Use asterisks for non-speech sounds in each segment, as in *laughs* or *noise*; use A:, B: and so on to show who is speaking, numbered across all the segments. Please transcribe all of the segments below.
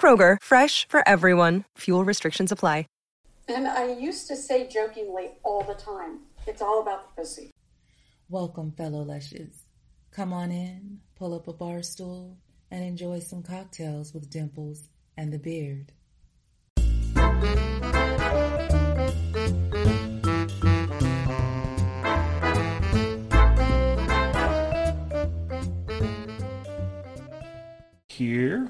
A: Kroger, fresh for everyone. Fuel restrictions apply.
B: And I used to say jokingly all the time, it's all about the pussy.
C: Welcome, fellow Lushes. Come on in, pull up a bar stool, and enjoy some cocktails with Dimples and the Beard.
D: here.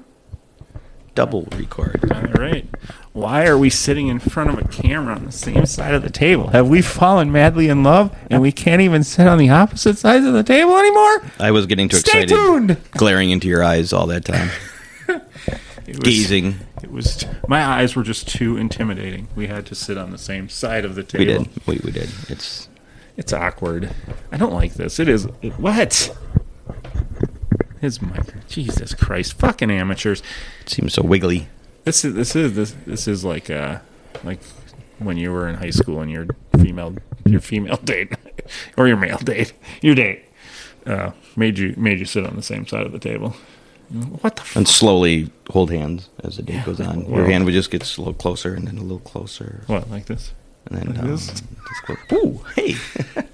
E: double record.
D: All right. Why are we sitting in front of a camera on the same side of the table? Have we fallen madly in love and we can't even sit on the opposite sides of the table anymore?
E: I was getting too
D: Stay
E: excited,
D: tuned.
E: glaring into your eyes all that *laughs* time,
D: It was,
E: gazing.
D: It was my eyes were just too intimidating. We had to sit on the same side of the table.
E: We did, we, we did. It's
D: It's awkward. I don't like this. It is what? His mic. Jesus Christ! Fucking amateurs.
E: it seems so wiggly.
D: This is this is this this is like uh like when you were in high school and your female your female *laughs* date or your male date your date uh, made you made you sit on the same side of the table. What the f-
E: And slowly hold hands as the day goes on. Your
D: well-
E: hand would just get a little closer, and then a little closer,
D: what like this?
E: and then um,
D: this?
E: just clo- Ooh, hey,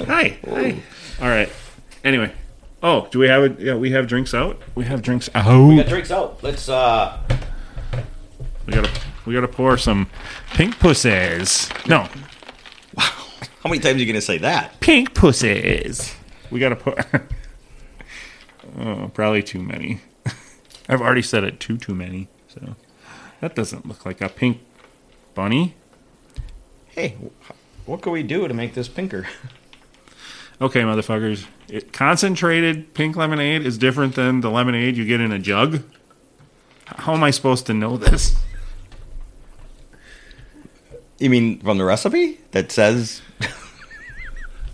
D: Hi. Hi. All right. Anyway. Oh, do we have a yeah? We have drinks out. We have drinks out. We got,
E: *laughs* drinks out. Let's. uh
D: we gotta we gotta pour some pink pussies. No,
E: How many times are you gonna say that?
D: pink pussies. We gotta put. *laughs* oh, probably too many. I've already said it too too many. So that doesn't look like a pink bunny.
E: Hey, wh- what can we do to make this pinker?
D: Okay, motherfuckers. It, concentrated pink lemonade is different than the lemonade you get in a jug. H- How am I supposed to know this?
E: You mean from the recipe that says?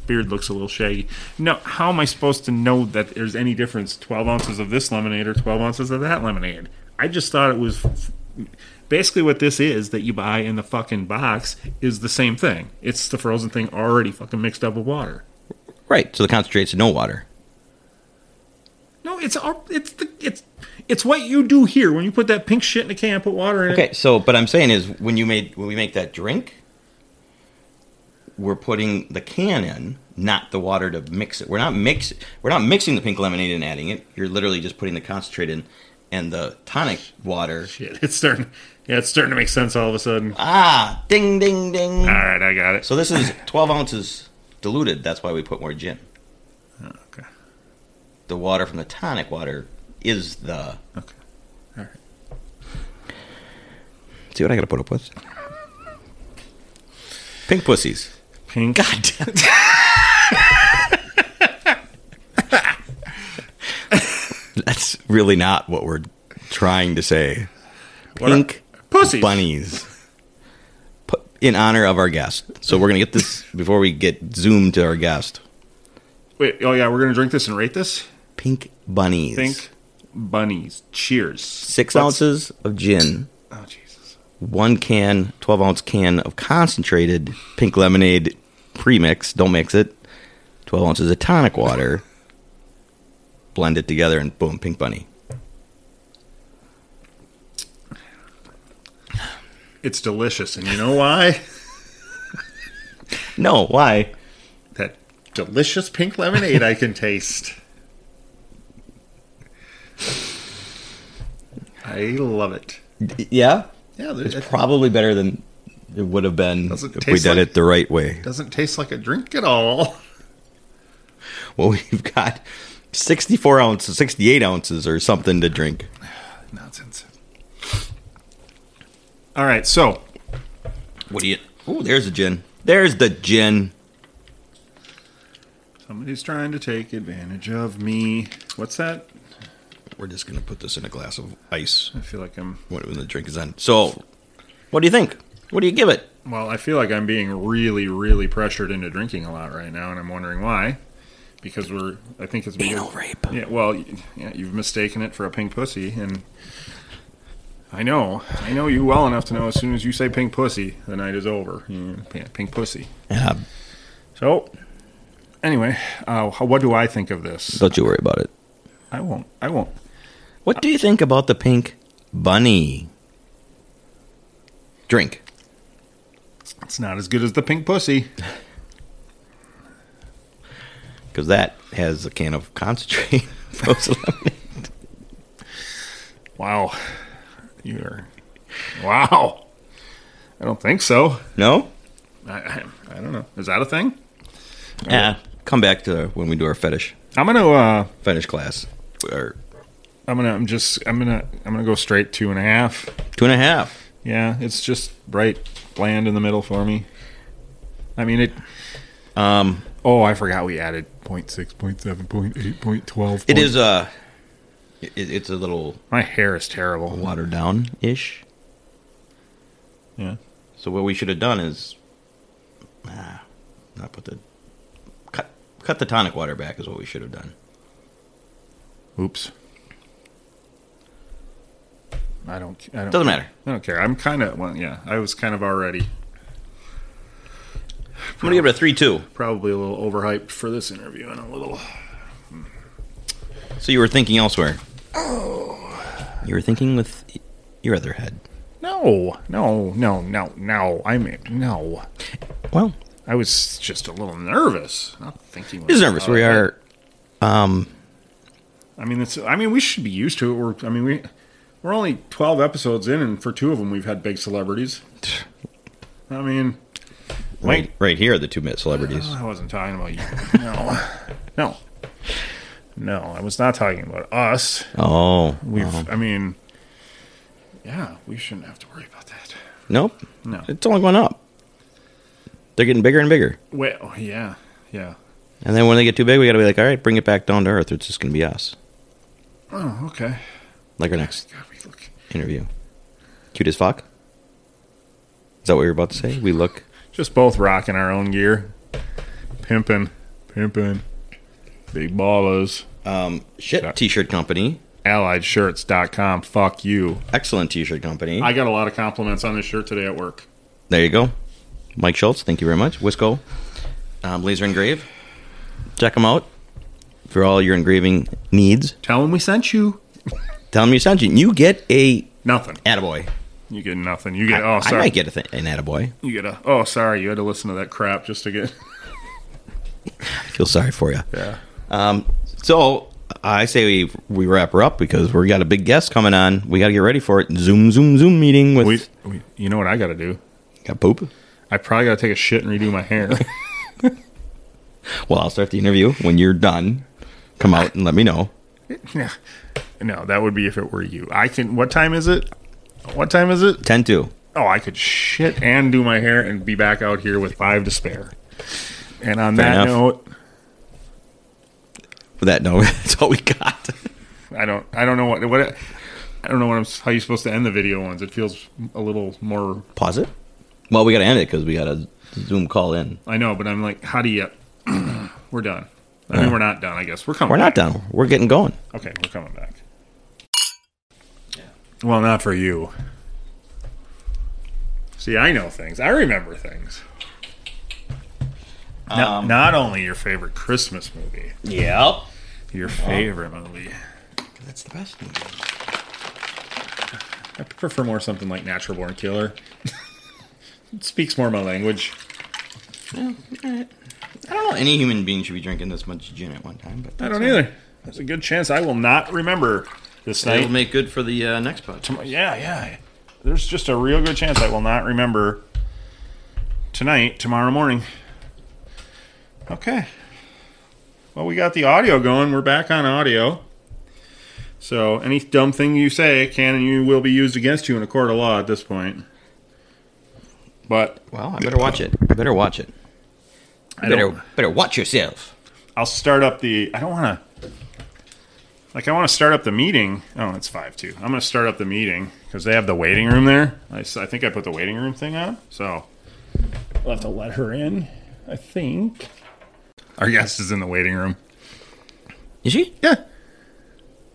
D: Beard looks a little shaggy. No, how am I supposed to know that there's any difference? Twelve ounces of this lemonade or twelve ounces of that lemonade? I just thought it was f- basically what this is that you buy in the fucking box is the same thing. It's the frozen thing already fucking mixed up with water.
E: Right. So the concentrate's no water.
D: No, it's all it's the it's it's what you do here when you put that pink shit in a can, put water in it.
E: Okay, so but I'm saying is when you made when we make that drink, we're putting the can in, not the water to mix it. We're not mix we're not mixing the pink lemonade and adding it. You're literally just putting the concentrate in and the tonic water.
D: Shit, it's starting. Yeah, it's starting to make sense all of a sudden. All
E: Ah, ding ding ding.
D: right, I got it.
E: So this is 12 ounces diluted. That's why we put more gin.
D: Okay.
E: The water from the tonic water is the.
D: Okay. All right.
E: See what I got to put up with? Pink pussies. *laughs*
D: Pink. God
E: That's really not what we're trying to say. Pink
D: pussies.
E: bunnies. Pu- In honor of our guest. So we're going to get this before we get zoomed to our guest.
D: Wait. Oh yeah, we're gonna drink this and rate this.
E: Pink bunnies.
D: Think bunnies. Cheers.
E: 6
D: Let's-
E: ounces of gin,
D: Oh Jesus.
E: one can, 12 ounce can of concentrated pink lemonade premix. Don't mix it. 12 ounces of tonic water. blend it together and boom, pink bunny.
D: It's delicious, and you know why? *laughs*
E: No, why?
D: that delicious pink lemonade I can taste. I love it.
E: Yeah?
D: Yeah,
E: It's
D: it
E: probably better than it would have been
D: Doesn't
E: if we
D: taste
E: did
D: like-
E: it the right way.
D: doesn't taste like a drink at all. *laughs*
E: Well, *laughs* we've got 64 ounces, 68 ounces or something to drink.
D: Nonsense. All right, so
E: What do you? Oh, there's the gin. There's the gin.
D: somebody's trying to take advantage of me. What's that?
E: We're just going to put this in a glass of ice
D: I feel like I'm
E: when the drink is on. So, What do you think? What do you give it?
D: Well, I feel like I'm being really, really pressured into drinking a lot right now, and I'm wondering why. Because we're, I think it's because,
E: Anal rape.
D: Yeah, well, y- yeah, you've mistaken it for a pink pussy, and I know, I know you well enough to know as soon as you say pink pussy, the night is over. You- yeah, pink pussy.
E: Yeah,
D: So, anyway, uh, how- what do I think of this?
E: don't you worry about it.
D: I won't. I won't.
E: What do you think about the pink bunny drink?
D: It's not as good as the pink pussy.
E: Because that has a can of concentrate *laughs* frozen lemonade.
D: Wow, you are. Wow, I don't think so.
E: No?
D: I, I, I don't know. Is that a thing?
E: Yeah. Come back to when we do our fetish
D: I'm gonna. Uh,
E: fetish class. Or
D: I'm gonna. I'm just. I'm gonna. I'm gonna go straight two and a half.
E: two and a half.
D: Yeah, it's just right bland in the middle for me. I mean it.
E: Um,
D: Oh, I forgot we added point six, point seven, point eight, point twelve.
E: it
D: point-
E: is uh it, it's a little
D: My hair is terrible.
E: watered down ish.
D: Yeah.
E: So what we should have done is ah, not put the cut cut the tonic water back is what we should have done.
D: Oops. I don't. I don't
E: Doesn't matter.
D: I don't care. I'm kind of. Well, yeah. I was kind of already
E: I'm gonna give it a three two.
D: probably a little overhyped for this interview and a little.
E: So you were thinking elsewhere. Oh. You were thinking with your other head.
D: No, no, no, no, no. I'm no.
E: Well,
D: I was just a little nervous. Not thinking.
E: he's nervous.
D: about
E: We
D: it.
E: are. Um,
D: I mean, it's. I mean, we should be used to it. We're. I mean, we. We're only twelve episodes in, and for two of them, we've had big celebrities. I mean,
E: right,
D: Wait.
E: right here, are the two minute celebrities.
D: I wasn't talking about you. No, no, no. I was not talking about us.
E: Oh,
D: We've. I mean, yeah, we shouldn't have to worry about that.
E: nope.
D: No.
E: It's only going up. They're getting bigger and bigger,
D: Well, oh, yeah, yeah.
E: and then when they get too big, we got to be like, all right, bring it back down to earth. It's just gonna be us,
D: Oh, okay.
E: like our next
D: God, we look.
E: interview. Cute as fuck. Is that what you're about to say? We look.
D: Just both rocking our own gear, pimping, pimping, big ballers.
E: Um, shit. T-shirt company.
D: alliedshirts.com. Fuck you.
E: Excellent T-shirt company.
D: I got a lot of compliments on this shirt today at work.
E: There you go. Mike Schultz, thank you very much. Wisco, um, Laser Engrave. Check them out for all your engraving needs.
D: Tell them we sent you.
E: Tell them you sent you. You get a
D: Nothing.
E: attaboy.
D: You get nothing. You get,
E: I,
D: oh,
E: I
D: sorry.
E: might get a th- an attaboy.
D: You get a, oh, sorry. You had to listen to that crap just to get,
E: I feel sorry for you.
D: yeah.
E: Um, so I say we, we wrap her up because we got a big guest coming on. We got to get ready for it. Zoom, zoom, zoom meeting with.
D: *laughs* We, we, you know what I got to do?
E: got poop.
D: I probably got to take a shit and redo my hair.
E: *laughs*
D: *laughs*
E: Well, I'll start the interview. When you're done, come out and let me know.
D: no, that would be if it were you. I can, what time is it? What time is it?
E: 10 2.
D: oh, I could shit and do my hair and be back out here with five to spare. And on
E: Fair
D: that
E: enough.
D: note,
E: With that note, *laughs* that's all we got.
D: I don't, I don't know what, what, I don't know what I'm, how you're supposed to end the video ones. It feels a little more.
E: pause it. Well, we got to end it because we got a Zoom call in.
D: I know, but I'm like, how do you? *clears throat* we're done. I mean, we're not done. I guess we're coming.
E: We're not
D: back.
E: done. We're getting going.
D: Okay, we're coming back. Well, not for you. See, I know things. I remember things. not, not only your favorite Christmas movie,
E: Yep.
D: your favorite movie.
E: That's the best.
D: I prefer more something like Natural Born Killer. *laughs* it speaks more my language.
E: I don't know any human being should be drinking this much gin at one time, but
D: I don't either. There's a good chance I will not remember this
E: It'll
D: night.
E: make good for the uh, next pod.
D: Tom- yeah, yeah. There's just a real good chance I will not remember tonight, tomorrow morning. Okay. Well, we got the audio going. We're back on audio. So any dumb thing you say can and you will be used against you in a court of law at this point. But
E: Well, I better watch it. I better watch it.
D: I
E: better
D: don't.
E: better watch yourself.
D: I'll start up the. I don't want to. Like I want to start up the meeting. Oh, it's five two. I'm going to start up the meeting because they have the waiting room there. I, s- I think I put the waiting room thing on, so we'll have to let her in. I think our guest is in the waiting room.
E: Is she?
D: Yeah,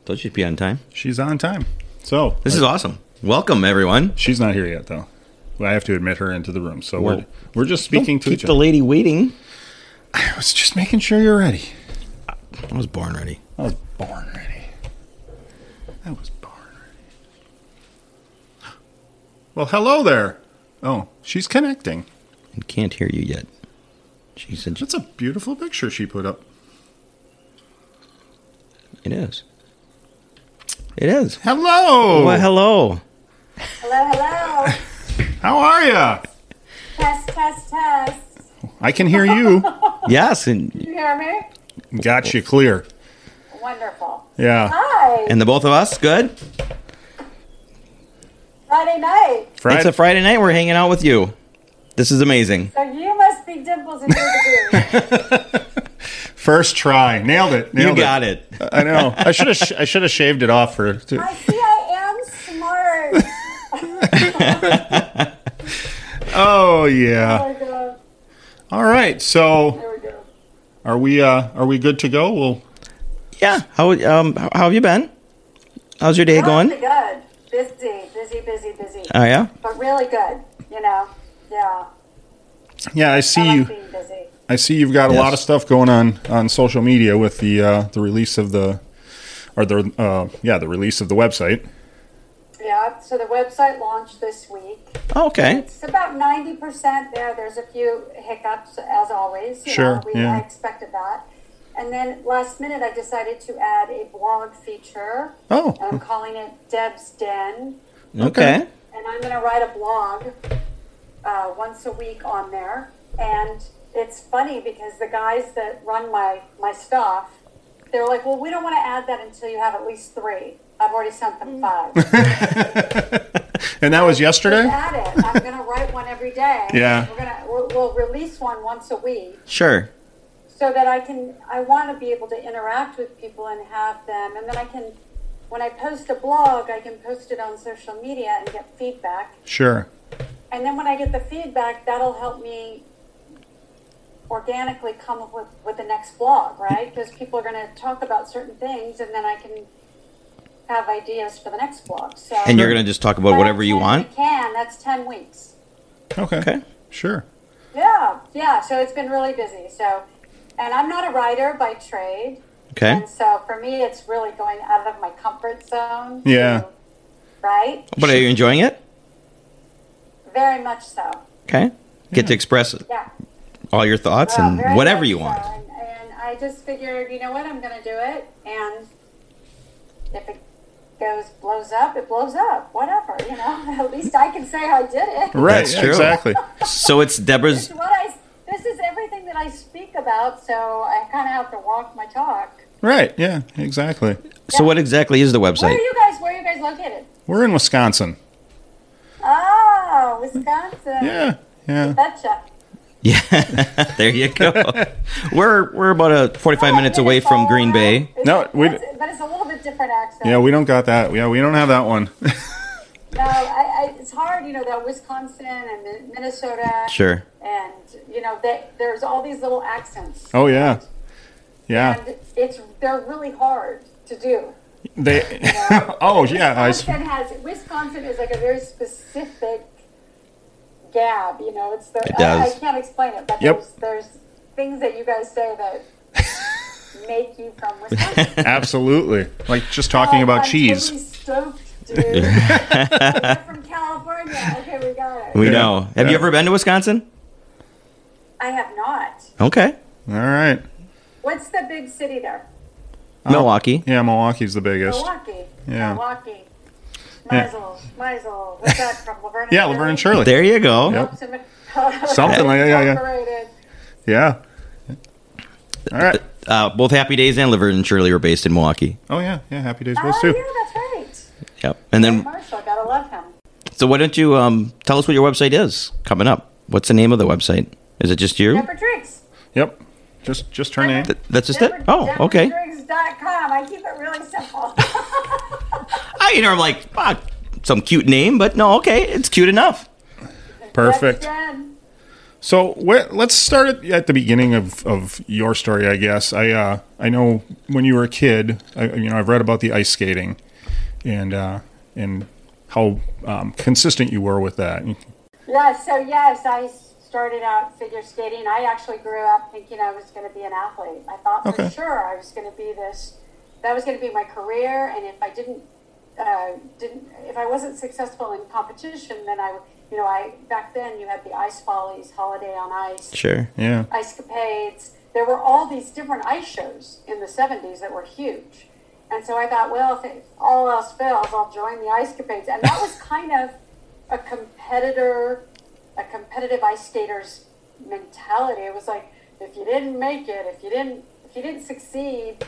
E: Thought she'd be on time.
D: she's on time. So
E: This is awesome. Welcome, everyone.
D: she's not here yet, though. I have to admit her into the room. So
E: Well,
D: we're we're just speaking
E: Don't
D: to
E: keep
D: each
E: the
D: other.
E: lady waiting.
D: I was just making sure you're ready.
E: I was born ready.
D: I was born ready. I was born ready. Well, hello there. Oh, she's connecting.
E: I can't hear you yet. She said
D: That's a beautiful picture she put up.
E: it is. It is.
D: Hello.
E: Well, hello.
B: Hello,
E: *laughs*
B: hello.
D: How are ya?
B: test, test, test.
D: I can hear
E: *laughs*
D: you.
E: Yes, and
B: You hear me?
D: Got you clear.
B: Wonderful.
D: Yeah.
B: Hi.
E: and the both of us. Good.
B: Friday night.
D: Friday.
E: It's a Friday night. We're hanging out with you. This is amazing.
B: So you must be dimples in your
E: *laughs*
B: degree.
D: First try. Nailed it. Nailed
E: you got it.
D: I know. I should have. Sh- I should have shaved it off for. To-
B: I see I am
E: *laughs*
B: smart.
D: oh yeah.
B: There we go.
D: All right. So
B: There we go.
D: are we? Uh, are we good to go? We'll.
E: Yeah. How um how how have you been? How's your day going?
B: Really good. Busy, busy, busy, busy.
E: Oh yeah.
B: but really good, you know? Yeah.
D: Yeah. I
B: I
D: see
B: like
D: you.
B: being busy.
D: I see you've got a
E: Yes.
D: lot of stuff going on on social media with the uh, the release of the or the uh, yeah the release of the website. *laughs*
B: Yeah, so the website launched this week.
E: Oh, Okay.
B: It's about ninety percent there. There's a few hiccups, as always. You
D: Sure,
B: know, we,
D: yeah.
B: I expected that. And then last minute, I decided to add a blog feature.
D: Oh.
B: And I'm calling it Deb's Den,
E: Okay.
B: and I'm going to write a blog uh, once a week on there. And it's funny because the guys that run my my stuff, they're like, "Well, we don't want to add that until you have at least three. I've already sent them five.
D: And that was
B: Just
D: yesterday.
B: add it. I'm gonna write one every day.
D: *laughs* Yeah.
B: We're gonna we'll, we'll release one once a week
E: Sure.
B: so that I can I want to be able to interact with people and have them, and then I can when I post a blog, I can post it on social media and get feedback,
D: Sure.
B: and then when I get the feedback, that'll help me organically come up with with the next blog, right? Because people are gonna talk about certain things, and then I can have ideas for the next blog. So
E: And you're gonna just talk about whatever you want.
B: I can. That's ten weeks.
D: Okay.
E: Okay.
D: Sure.
B: Yeah, yeah. So it's been really busy. So, and I'm not a writer by trade,
E: Okay.
B: and so for me, it's really going out of my comfort zone. to-
D: Yeah.
B: right.
E: But are you enjoying it?
B: Very much so.
E: Okay. Get to express
B: Yeah.
E: all your thoughts
B: Well, very
E: and whatever
B: much
E: you
B: so.
E: want.
B: And, and I just figured, you know what, I'm going to do it, and if it goes blows up, it blows up. Whatever, you know. *laughs* At least I can say I did it.
D: Right.
E: That's true.
D: Exactly.
E: So it's Deborah's.
B: It's What I *laughs* this is everything that I speak about, so I kind of have to walk my talk.
D: Right. Yeah. Exactly.
E: So what exactly is the
B: Where
E: website?
B: are
E: *laughs*
B: you guys? Where are you guys located?
D: We're in Wisconsin.
B: Oh, Wisconsin.
D: Yeah. Yeah.
B: Betcha.
E: Yeah. there you go. we're we're about a 45 minutes
B: Oh,
E: away
B: it's
E: from
B: all
E: Green
B: out.
E: Bay.
B: It's-
D: No, we-
B: it's- But it's a little bit different accent.
D: Yeah. We don't got that. Yeah. We don't have that one.
B: No, I, I, it's hard, you know, that Wisconsin and Min- Minnesota.
E: Sure.
B: And, you know, they, there's all these little accents.
D: Oh yeah. Yeah.
B: And it's, they're really hard to do.
D: They. *laughs* oh yeah. I. s-
B: Wisconsin has, Wisconsin is like a very specific gab, you know, it's the,
E: It
B: I- I,
E: does.
B: can't explain it, but
D: Yep.
B: there's, there's things that you guys say that
D: *laughs*
B: make you from Wisconsin.
D: Absolutely. Like just talking
B: Oh,
D: about
B: I'm Totally
D: cheese.
B: stoked,
E: *laughs*
B: dude. You're from
D: *laughs*
B: California. Okay, we got it.
E: We
D: Yeah.
E: know. Have
D: Yeah.
E: you ever been to Wisconsin?
B: I have not.
E: Okay.
D: All right.
B: What's the big city there?
E: Milwaukee.
D: Yeah. Milwaukee's the biggest.
B: Milwaukee.
D: Yeah.
B: Milwaukee.
D: Yeah.
B: Maisel. Maisel. What's that from? Laverne and
D: Yeah. Laverne and Shirley.
E: There you go.
B: Something *laughs*
D: Something like- yeah, yeah, yeah. Yeah. All right.
E: Uh, both Happy Days and Liver and Shirley are based in Milwaukee.
D: Oh yeah, yeah. Happy days was
B: Oh,
D: too.
B: yeah, that's right.
E: Yep. And then,
B: Marshall, gotta love him.
E: so why don't you um, tell us what your website is coming up? What's the name of the website? Is it just you?
B: Deborah Driggs.
D: Yep. Just just her name.
E: That's just it.
B: Deborah-
E: Oh,
B: Deborah
E: okay.
B: Driggs Dimples.com. I keep it really simple. *laughs*
E: I, you know, I'm like, ah, some cute name, but no, okay, it's cute enough.
D: Perfect.
B: Jen,
D: So where, let's start at- at the beginning of, of your story, I guess. I uh, I know when you were a kid, I, you know, I've read about the ice skating, and uh, and how um, consistent you were with that.
B: Yeah, so yes, I started out figure skating. I actually grew up thinking I was going to be an athlete. I thought for
D: Okay.
B: sure I was going to be this. That was going to be my career, and if I didn't, uh, didn't, if I wasn't successful in competition, then I, would- you know, I back then you had the ice follies, holiday on ice,
E: Sure.
D: Yeah,
B: *laughs* ice capades. There were all these different ice shows in the '70s that were huge, and so I thought, well, if all else fails, I'll join the ice capades, and that was kind of a competitor, a competitive ice skater's mentality. It was like if you didn't make it, if you didn't, if you didn't succeed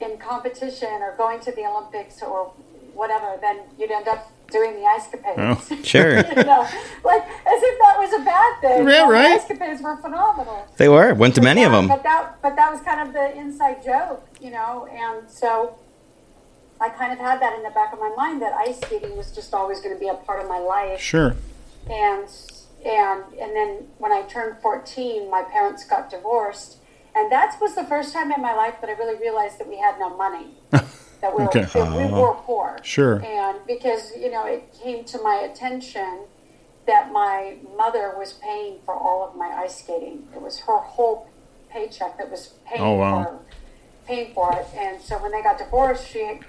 B: in competition or going to the Olympics or whatever, then you'd end up doing the ice capades.
E: Sure.
B: *laughs* you know, like as if that was a bad thing.
D: Yeah,
B: Well,
D: right.
B: The escapades were phenomenal.
E: they were. Went to many
B: Yeah,
E: of them.
B: But that, but that was kind of the inside joke, you know. And so, I kind of had that in the back of my mind that ice skating was just always going to be a part of my life.
D: sure.
B: And and and then when I turned fourteen, my parents got divorced, and that was the first time in my life that I really realized that we had no
D: *laughs*
B: money. That we were,
D: Okay. Uh-huh.
B: that we were poor.
D: Sure.
B: And because, you know, it came to my attention that my mother was paying for all of my ice skating. It was her whole paycheck that was paying
D: Oh, wow.
B: for paying for it. And so when they got divorced, she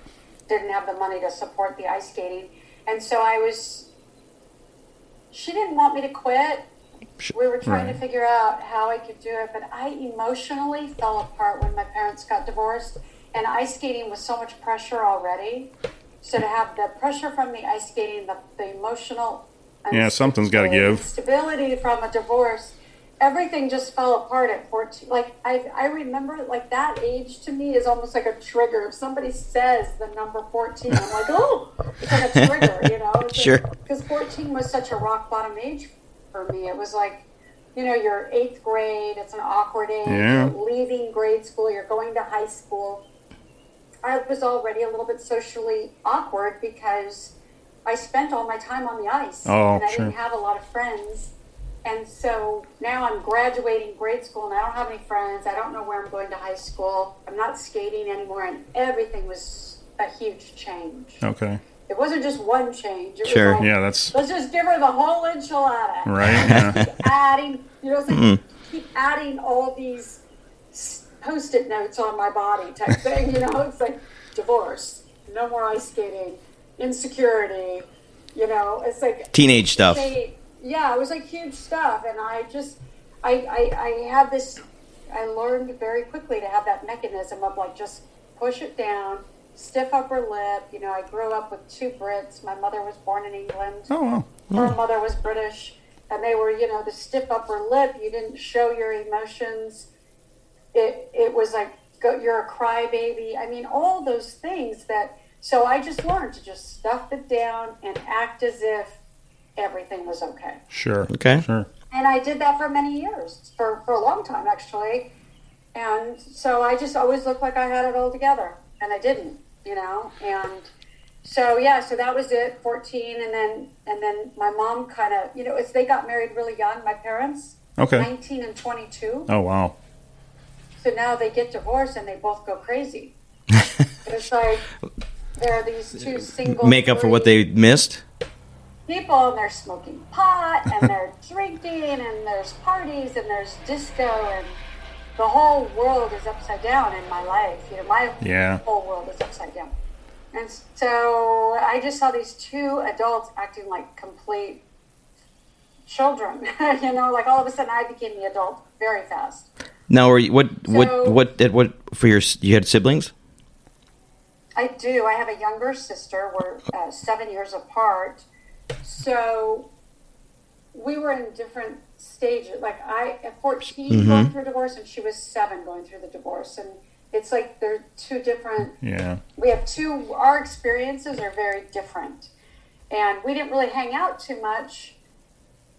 B: didn't have the money to support the ice skating. And so I was she didn't want me to quit. We were trying to figure out how I could do it, but I emotionally fell apart when my parents got divorced, and ice skating was so much pressure already. So to have the pressure from the ice skating, the, the emotional,
D: Yeah, something's gotta give.
B: Stability from a divorce, everything just fell apart at fourteen. Like I, I remember, like that age to me is almost like a trigger. If somebody says the number fourteen, I'm
D: *laughs*
B: like, oh, it's like a trigger, you know? It's
E: Sure.
B: because 14 was such a rock bottom age for me. It was like, you know, you're eighth grade, it's an awkward age,
D: Yeah.
B: you're leaving grade school, you're going to high school. I was already a little bit socially awkward because I spent all my time on the ice
D: Oh,
B: and I
D: sure.
B: didn't have a lot of friends. And so now I'm graduating grade school and I don't have any friends. I don't know where I'm going to high school. I'm not skating anymore, and everything was a huge change.
D: Okay.
B: It wasn't just one change. It
E: Sure,
B: was like,
D: Yeah, that's
B: Let's just give her the whole enchilada.
D: right. Mm-hmm. Yeah.
E: *laughs*
B: Keep adding, you know, it's like keep adding all these s- post-it notes on my body type
D: *laughs*
B: thing. You know, it's like divorce, no more ice skating, insecurity. You know, it's like
E: Teenage stuff.
B: they- yeah, it was like huge stuff, and I just, I, I, I had this. I learned very quickly to have that mechanism of like just push it down, stiff upper lip. You know, I grew up with two Brits. My mother was born in England.
D: Oh wow.
B: Her mother was British, and they were, you know, the stiff upper lip. You didn't show your emotions. It it was like go, you're a crybaby. I mean, all those things that. So I just learned to just stuff it down and act as if everything was okay.
D: Sure.
E: Okay.
D: Sure.
B: And I did that for many years, for for a long time actually. And so I just always looked like I had it all together, and I didn't, you know. And so yeah, so that was it, fourteen, and then and then my mom kind of, you know, it's they got married really young, my parents,
D: Okay.
B: nineteen and twenty-two.
D: Oh wow.
B: So now they get divorced and they both go
E: *laughs*
B: crazy. it's like there are these two single
E: Uh, Make up for what
B: free
E: they missed.
B: people and they're smoking pot and they're drinking and there's parties and there's disco and the whole world is upside down in my life. You know, my
D: Yeah.
B: whole world is upside down. And so I just saw these two adults acting like complete children. *laughs* you know, like all of a sudden I became the adult very fast.
E: Now, were you, what? what?
B: So-
E: What? At what? For your? s- You had siblings.
B: I do. I have a younger sister. We're uh, seven years apart. So we were in different stages. Like I at 14 going through divorce, and she was seven going through the divorce. And it's like they're two different
D: Yeah.
B: we have two our experiences are very different and we didn't really hang out too much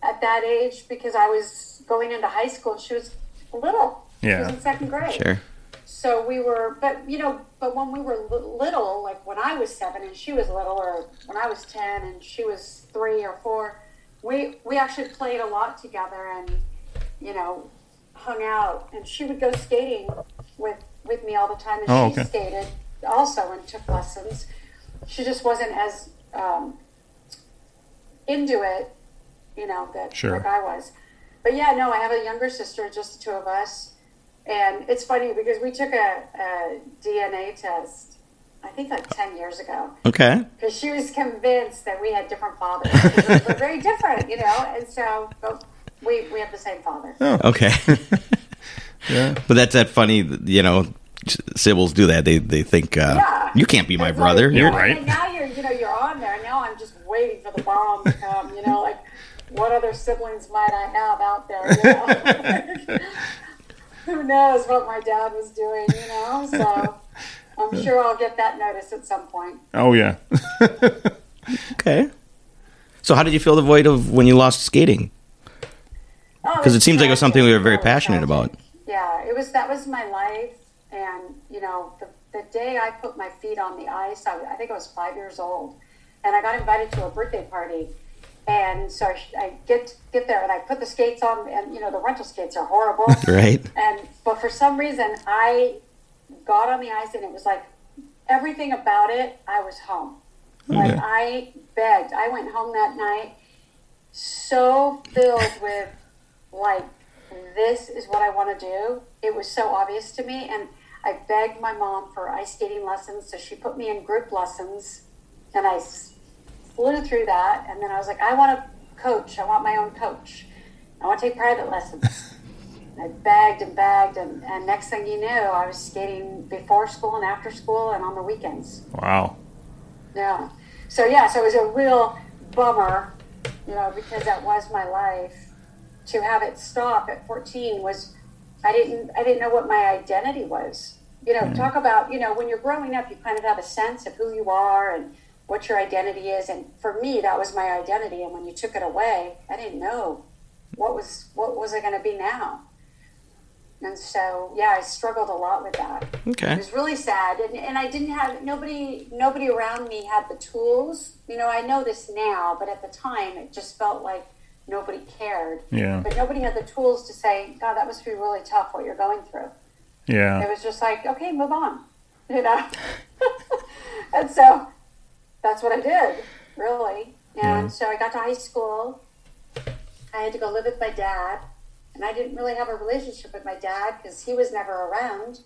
B: at that age because i was going into high school and she was little she
D: Yeah.
B: was in second grade
E: Sure.
B: so we were, but you know, but when we were li- little, like when I was seven and she was little, or when I was ten and she was three or four, we we actually played a lot together and you know hung out. And she would go skating with with me all the time, and
D: Oh,
B: she
D: okay.
B: skated also and took lessons. She just wasn't as um, into it, you know, that
D: Sure.
B: like I was. But yeah, no, I have a younger sister, just the two of us. And it's funny because we took a, a DNA test, I think like 10 years ago,
E: Okay.
B: because she was convinced that we had different fathers. 'cause we we're very different, you know? And so but we, we have the same father.
E: *laughs* Okay.
D: Yeah.
E: But that's that funny, you know. Sibyls do that. They they think uh,
B: Yeah.
E: you can't be my
B: It's
E: brother.
B: Like,
D: You're
B: yeah,
D: right.
B: and Now you're, you know, you're on there. Now I'm just waiting for the bomb to come. You know, like what other siblings might I have out there? You know? *laughs* Who knows what my dad was doing? You know, so I'm sure I'll get that notice at some point.
D: Oh yeah.
E: Okay. So how did you fill the void of when you lost skating?
B: Oh,
E: Because it
B: it's
E: seems like it was
B: tragic.
E: something we were very
B: Oh, it's
E: passionate
B: tragic.
E: about.
B: Yeah, it was. That was my life, and you know, the, the day I put my feet on the ice, I, I think I was five years old, and I got invited to a birthday party, and so I, sh- I get get there, and I put the skates on, and you know, the rental skates are horrible,
E: *laughs* Right.
B: And but for some reason, I got on the ice, and it was like everything about it. I was home. Like I begged. I went home that night so filled with like this is what I want to do. It was so obvious to me, and I begged my mom for ice skating lessons, so she put me in group lessons, and I s- flew through that. And then I was like, I want to coach. I want my own coach. I want to take private lessons. And I bagged and bagged, and, and next thing you knew, I was skating before school and after school and on the weekends.
D: Wow.
B: Yeah. So yeah, so it was a real bummer, you know, because that was my life. To have it stop at 14 was, I didn't, I didn't know what my identity was. You know, talk about, you know, when you're growing up, you kind of have a sense of who you are and what your identity is. And for me, that was my identity. And when you took it away, I didn't know what was, what was I going to be now. And so, yeah, I struggled a lot with that. It
E: Okay.
B: was really sad, and, and I didn't have nobody. Nobody around me had the tools. You know, I know this now, but at the time, it just felt like nobody cared.
D: Yeah.
B: But nobody had the tools to say, "God, that must be really tough what you're going through." It
D: Yeah.
B: was just like, "Okay, move on," *laughs* you know. and so that's what I did, really. And so I got to high school. I had to go live with my dad, and I didn't really have a relationship with my dad because he was never around.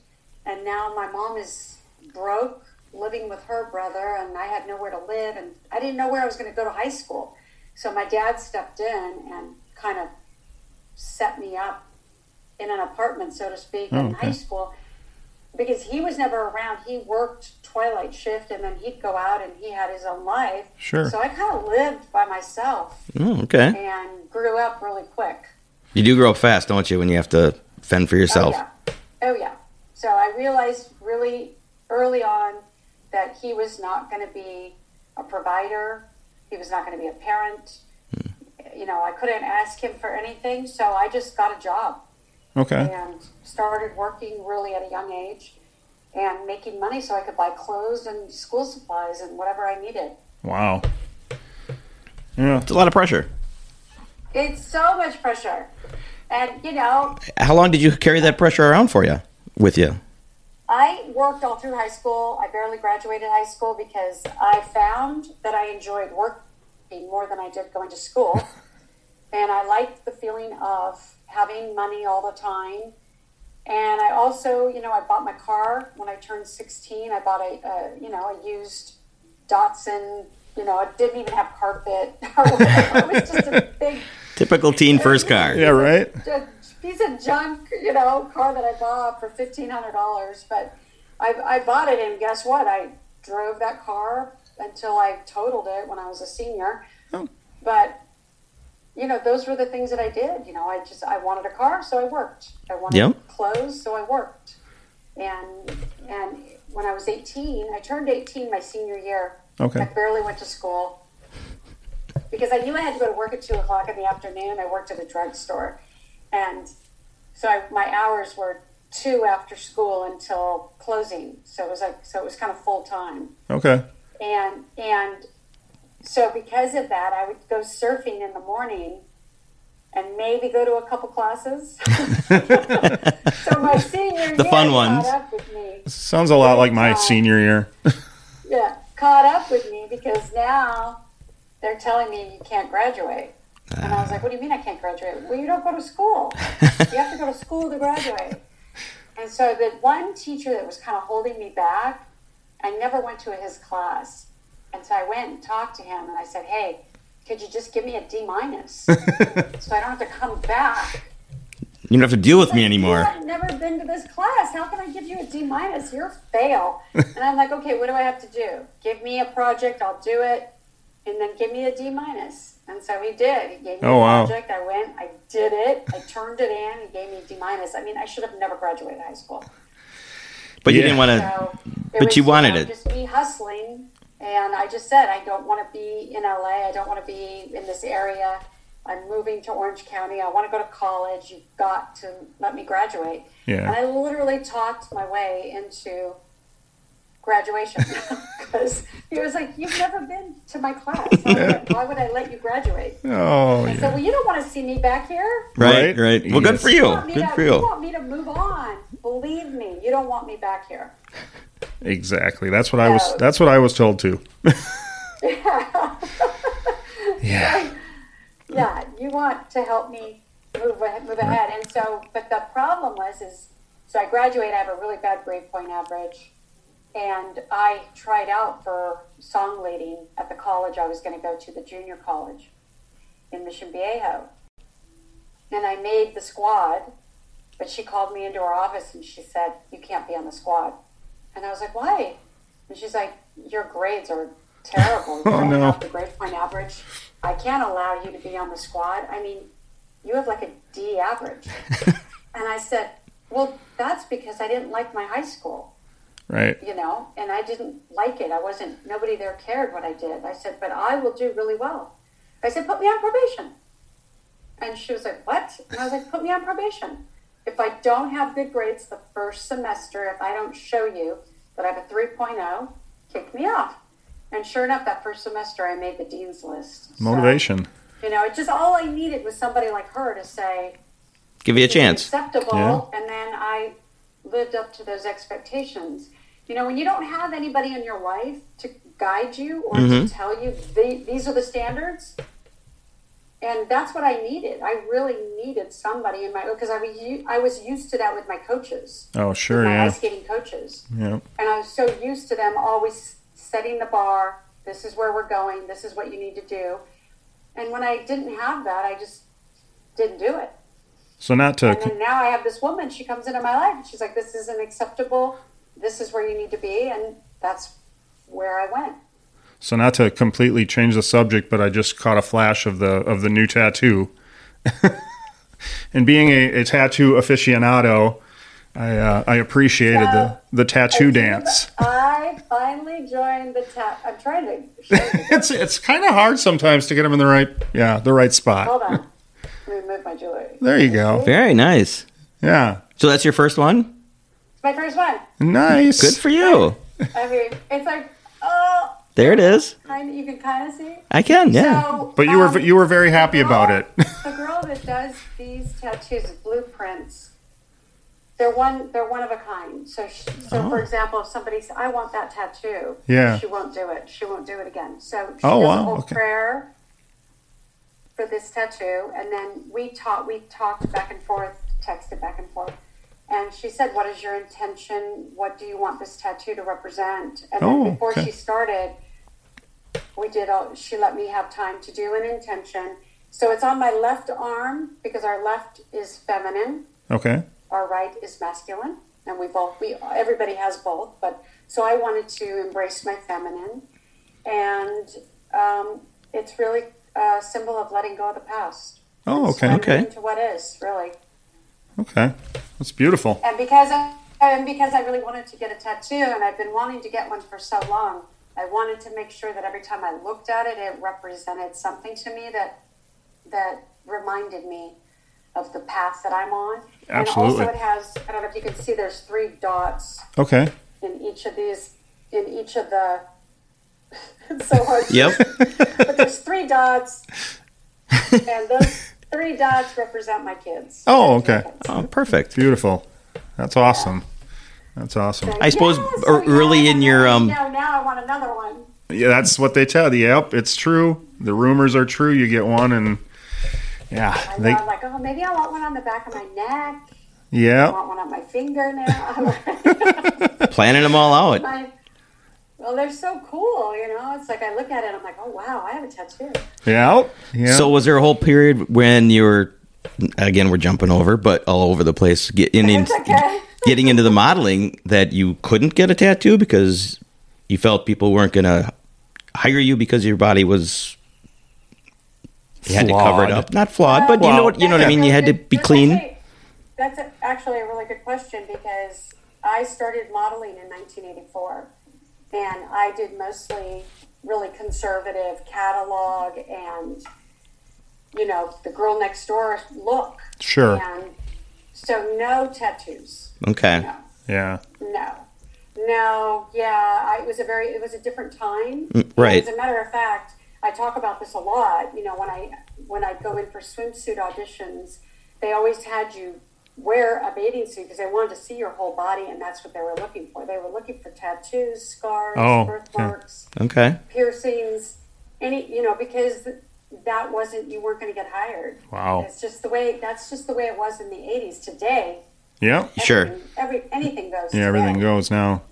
B: And now my mom is broke, living with her brother, and I had nowhere to live, and I didn't know where I was going to go to high school. So my dad stepped in and kind of set me up in an apartment, so to speak,
D: Oh,
B: in
D: okay.
B: high school because he was never around. He worked twilight shift, and then he'd go out and he had his own life.
D: Sure.
B: So I kind of lived by myself
E: Oh, okay.
B: and grew up really quick.
E: You do grow up fast, don't you? When you have to fend for yourself.
B: Oh yeah. Oh yeah. So I realized really early on that he was not going to be a provider. He was not going to be a parent. You know, I couldn't ask him for anything, so I just got a job
D: Okay.
B: and started working really at a young age and making money so I could buy clothes and school supplies and whatever I needed.
D: Wow. Yeah.
E: It's a lot of pressure.
B: It's so much pressure. And you know,
E: How long did you carry that pressure around for you? With you?
B: I worked all through high school. I barely graduated high school because I found that I enjoyed working more than I did going to school. and I liked the feeling of having money all the time. And I also, you know, I bought my car when I turned 16. I bought a, a you know, a used Datsun. You know, it didn't even have carpet. *laughs* or whatever. it was just a big
E: Typical teen first car.
D: Yeah. Right.
B: a piece of junk, you know, car that I bought for fifteen hundred dollars. But I, I bought it, and guess what? I drove that car until I totaled it when I was a senior. But you know, those were the things that I did. You know, I just I wanted a car, so I worked. I wanted
E: Yeah.
B: clothes, so I worked. And and when I was eighteen, I turned eighteen my senior year.
D: Okay.
B: I barely went to school because I knew I had to go to work at two o'clock in the afternoon. I worked at a drugstore, and so I, my hours were two after school until closing. So it was like so it was kind of full time.
D: Okay.
B: and and so because of that i would go surfing in the morning and maybe go to a couple classes *laughs* so my senior
E: The
B: year
E: fun
B: caught
E: ones.
B: up with me.
D: Sounds a lot like my
B: Yeah.
D: senior year.
B: yeah caught up with me because now they're telling me you can't graduate and i was like what do you mean i can't graduate well you don't go to school you have to go to school to graduate and so the one teacher that was kind of holding me back i never went to his class and so i went and talked to him and i said hey could you just give me a d minus so i don't have to come back
E: *laughs* You don't have to deal with me
B: like,
E: anymore.
B: "You have never been to this class. How can I give you a D minus? You're a fail. and I'm like, okay, what do I have to do? Give me a project, I'll do it, and then give me a D minus. And so he did. He gave me
D: Oh,
B: a
D: wow.
B: project. I went, I did it, I turned it in. He gave me a D minus. I mean, I should have never graduated high school.
E: But you
D: Yeah.
E: didn't want to.
B: So
E: But you wanted
B: know,
E: it.
B: Just be hustling, and I just said I don't want to be in LA. I don't want to be in this area. I'm moving to Orange County. I want to go to college. You've got to let me graduate.
D: Yeah.
B: And I literally talked my way into graduation *laughs* because he was like, "You've never been to my class. Why would I- Why would I let you graduate?"
D: Oh,
B: I
D: yeah.
B: said, "Well, you don't want to see me back here."
E: Right,
D: Right?
E: right. Well, good
D: Yes.
E: for
B: You
E: you.
B: want me
E: Good
B: to-
E: for
B: you
E: you.
B: want me to move on. Believe me, you don't want me back here.
D: exactly. That's what I was. That's what I was told too. yeah.
B: yeah, you want to help me move ahead, move ahead. And so, but the problem was, is so I graduate, I have a really bad grade point average, and I tried out for song leading at the college I was going to go to, the junior college in Mission Viejo, and I made the squad. But she called me into her office and she said, "You can't be on the squad." And I was like, "Why?" And she's like, "Your grades are terrible. You don't
D: no.
B: have the grade point average. I can't allow you to be on the squad. I mean, you have like a D average." and I said, "Well, that's because I didn't like my high school,
D: Right.
B: you know, and I didn't like it. I wasn't. Nobody there cared what I did." I said, "But I will do really well." I said, "Put me on probation." And she was like, What? And I was like, Put me on probation. If I don't have good grades the first semester, if I don't show you that I have a 3.0, kick me off. And sure enough, that first semester, I made the dean's list. So,
D: Motivation.
B: you know, it's just all I needed was somebody like her to say,
E: *laughs* Give you a
B: "This is
E: chance.
B: Acceptable.
D: Yeah.
B: And then I lived up to those expectations. You know, when you don't have anybody in your life to guide you or
E: Mm-hmm.
B: to tell you the, these are the standards, and that's what I needed. I really needed somebody in my because I was u- I was used to that with my coaches,
D: Oh, sure.
B: my
D: Yeah.
B: ice skating coaches,
D: Yeah.
B: and I was so used to them always setting the bar. This is where we're going. This is what you need to do. And when I didn't have that, I just didn't do it.
D: So not
B: And
D: to.
B: then now I have this woman. She comes into my life. And she's like, "This isn't acceptable. This is where you need to be," and that's where I went.
D: So not to completely change the subject, but I just caught a flash of the of the new tattoo. *laughs* and being a, a tattoo aficionado, I uh, I appreciated the the tattoo
B: *laughs*
D: dance.
B: I finally joined the tap. I'm trying to
D: It's it's kind of hard sometimes to get them in the right yeah the right spot.
B: hold on. Let me move my jewelry.
D: There you go.
E: Very nice.
D: Yeah,
E: So that's your first one.
B: It's my first one.
D: nice.
E: Good for you.
B: I mean, it's like, oh,
E: There it is.
B: kind of, you can kind of see.
E: I can. Yeah.
B: So,
D: But you were
B: um,
D: you were very happy about it.
B: the girl that does these tattoos, blueprints, they're one they're one of a kind. So, she, so for example, if somebody says, "I want that tattoo,"
D: Oh. Yeah.
B: she won't do it. She won't do it again. So, she
D: Oh,
B: does
D: wow,
B: a whole
D: okay.
B: prayer for this tattoo, and then we talked we talked back and forth, texted back and forth. And she said, "What is your intention? What do you want this tattoo to represent?" And
D: Oh,
B: then before
D: okay.
B: she started, we did all she let me have time to do an intention so it's on my left arm because our left is feminine
D: *laughs* Okay.
B: our right is masculine and we both we everybody has both but so i wanted to embrace my feminine and um, it's really a symbol of letting go of the past
D: Oh, okay.
E: Okay.
B: to what is really
D: Okay. That's beautiful.
B: and because I, and because I really wanted to get a tattoo, and I've been wanting to get one for so long, I wanted to make sure that every time I looked at it, it represented something to me that that reminded me of the path that I'm on.
D: Absolutely.
B: And also, it has I don't know if you can see. There's three dots
D: Okay.
B: in each of these. In each of the. *laughs* it's so hard. to-
E: Yep.
B: *laughs* But there's three dots, and those three dots represent my kids.
D: Oh, okay.
E: oh, perfect.
D: Beautiful. That's awesome. That's awesome.
E: I suppose
B: Yes,
E: ear-
B: oh, yeah,
E: early in your um,
B: No, now I want another one.
D: Yeah, that's what they tell you. Yep, it's true. The rumors are true. You get one, and yeah,
B: I
D: they
B: know, I'm like, oh, maybe I want one on the back of my neck. I
D: yeah.
B: want one on my finger now. *laughs*
E: planning them all out.
B: my, well, they're so cool, you know. It's like I look at it, I'm like, oh wow, I have a tattoo.
D: Yeah. Yeah.
E: So was there a whole period when you were again we're jumping over but all over the place *laughs* getting in,
B: It's okay.
E: getting into the modeling that you couldn't get a tattoo because you felt people weren't going to hire you because your body was you had to cover it
D: Flawed.
E: up not flawed but you know what you know what I mean you had to be
B: That's
E: clean
B: actually- That's a- actually a really good question because I started modeling in 1984, and I did mostly really conservative catalog and you know the girl next door look.
D: Sure.
B: And so no tattoos.
E: okay
B: No.
D: yeah.
B: No. No, yeah, I, it was a very, it was a different time.
E: Mm, right.
B: As a matter of fact, I talk about this a lot. You know, when I when I go in for swimsuit auditions, they always had you wear a bathing suit because they wanted to see your whole body, and that's what they were looking for. They were looking for tattoos, scars,
D: Oh, okay.
B: birthmarks,
E: okay
B: piercings, any you know, because that wasn't you weren't going to get hired.
D: Wow.
B: It's just the way that's just the way it was in the '80s. Today,
D: Yeah.
E: Sure.
B: everything- every anything goes.
D: Yeah. Everything
B: today
D: goes now.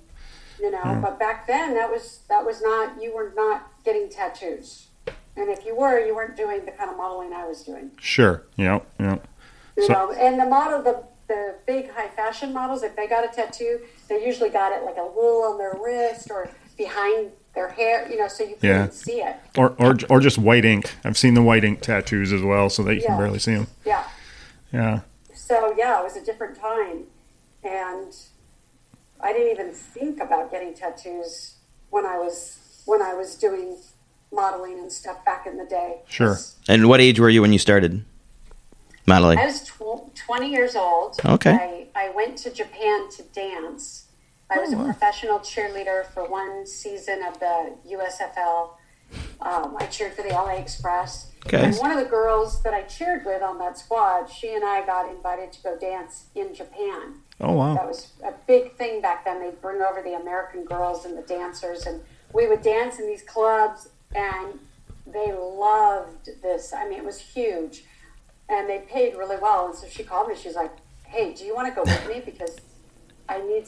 B: you know
D: Hmm.
B: but back then that was that was not you were not getting tattoos and if you were you weren't doing the kind of modeling i was doing
D: Sure. Yeah. Yeah.
B: you
D: So-
B: know and the model the the big high fashion models if they got a tattoo they usually got it like a little on their wrist or behind their hair you know so you
D: Yeah.
B: couldn't see it
D: Or or or just white ink. I've seen the white ink tattoos as well, so that you can
B: Yeah.
D: barely see them.
B: yeah
D: Yeah.
B: so yeah it was a different time and i didn't even think about getting tattoos when i was when i was doing modeling and stuff back in the day
D: Sure.
E: and what age were you when you started modeling
B: I was tw- 20 years old.
E: Okay.
B: I, I went to Japan to dance. I was a
E: Oh.
B: professional cheerleader for one season of the USFL. Um, I cheered for the LA Express.
E: Okay.
B: And one of the girls that I cheered with on that squad, she and I got invited to go dance in Japan.
D: Oh
B: That
D: wow.
B: was a big thing back then. They'd bring over the American girls and the dancers, and we would dance in these clubs, and they loved this. I mean, it was huge, and they paid really well. And so she called me. She's like, "Hey, do you want to go with me? Because I need."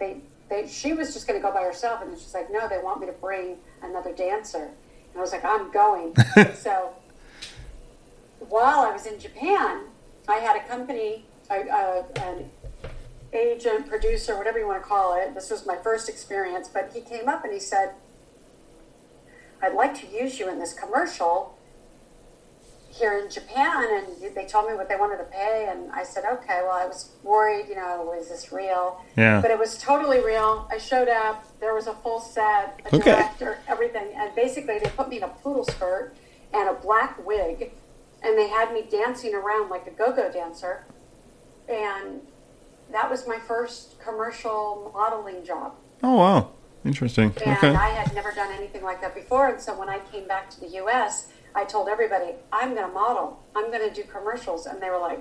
B: They, they. She was just going to go by herself, and then she's like, "No, they want me to bring another dancer." And I was like, "I'm going." so while I was in Japan, I had a company, a, a, an agent, producer, whatever you want to call it. This was my first experience, but he came up and he said, I'd like to use you in this commercial here in Japan. And they told me what they wanted to pay. And I said, okay, well, I was worried, you know, was this real?
D: Yeah.
B: But it was totally real. I showed up, there was a full set, a
E: Okay.
B: director, everything. And basically, they put me in a poodle skirt and a black wig. And they had me dancing around like a go go dancer. And that was my first commercial modeling job.
D: Oh wow. Interesting.
B: And
D: Okay.
B: I had never done anything like that before. And so when I came back to the U.S., I told everybody, I'm going to model, I'm going to do commercials. And they were like,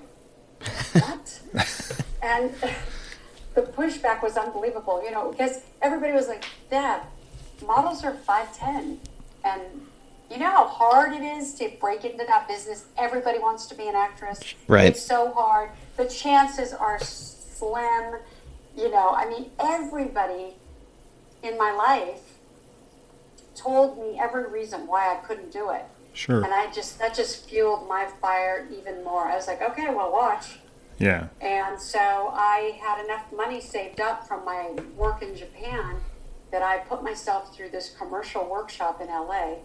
B: What? and *laughs* the pushback was unbelievable, you know, because everybody was like, Deb, models are 5'10. And you know how hard it is to break into that business? Everybody wants to be an actress.
E: Right.
B: It's so hard. The chances are slim. You know, I mean, everybody in my life told me every reason why I couldn't do it.
D: Sure.
B: And I just that just fueled my fire even more. I was like, okay, well, watch.
D: Yeah.
B: And so I had enough money saved up from my work in Japan that I put myself through this commercial workshop in LA.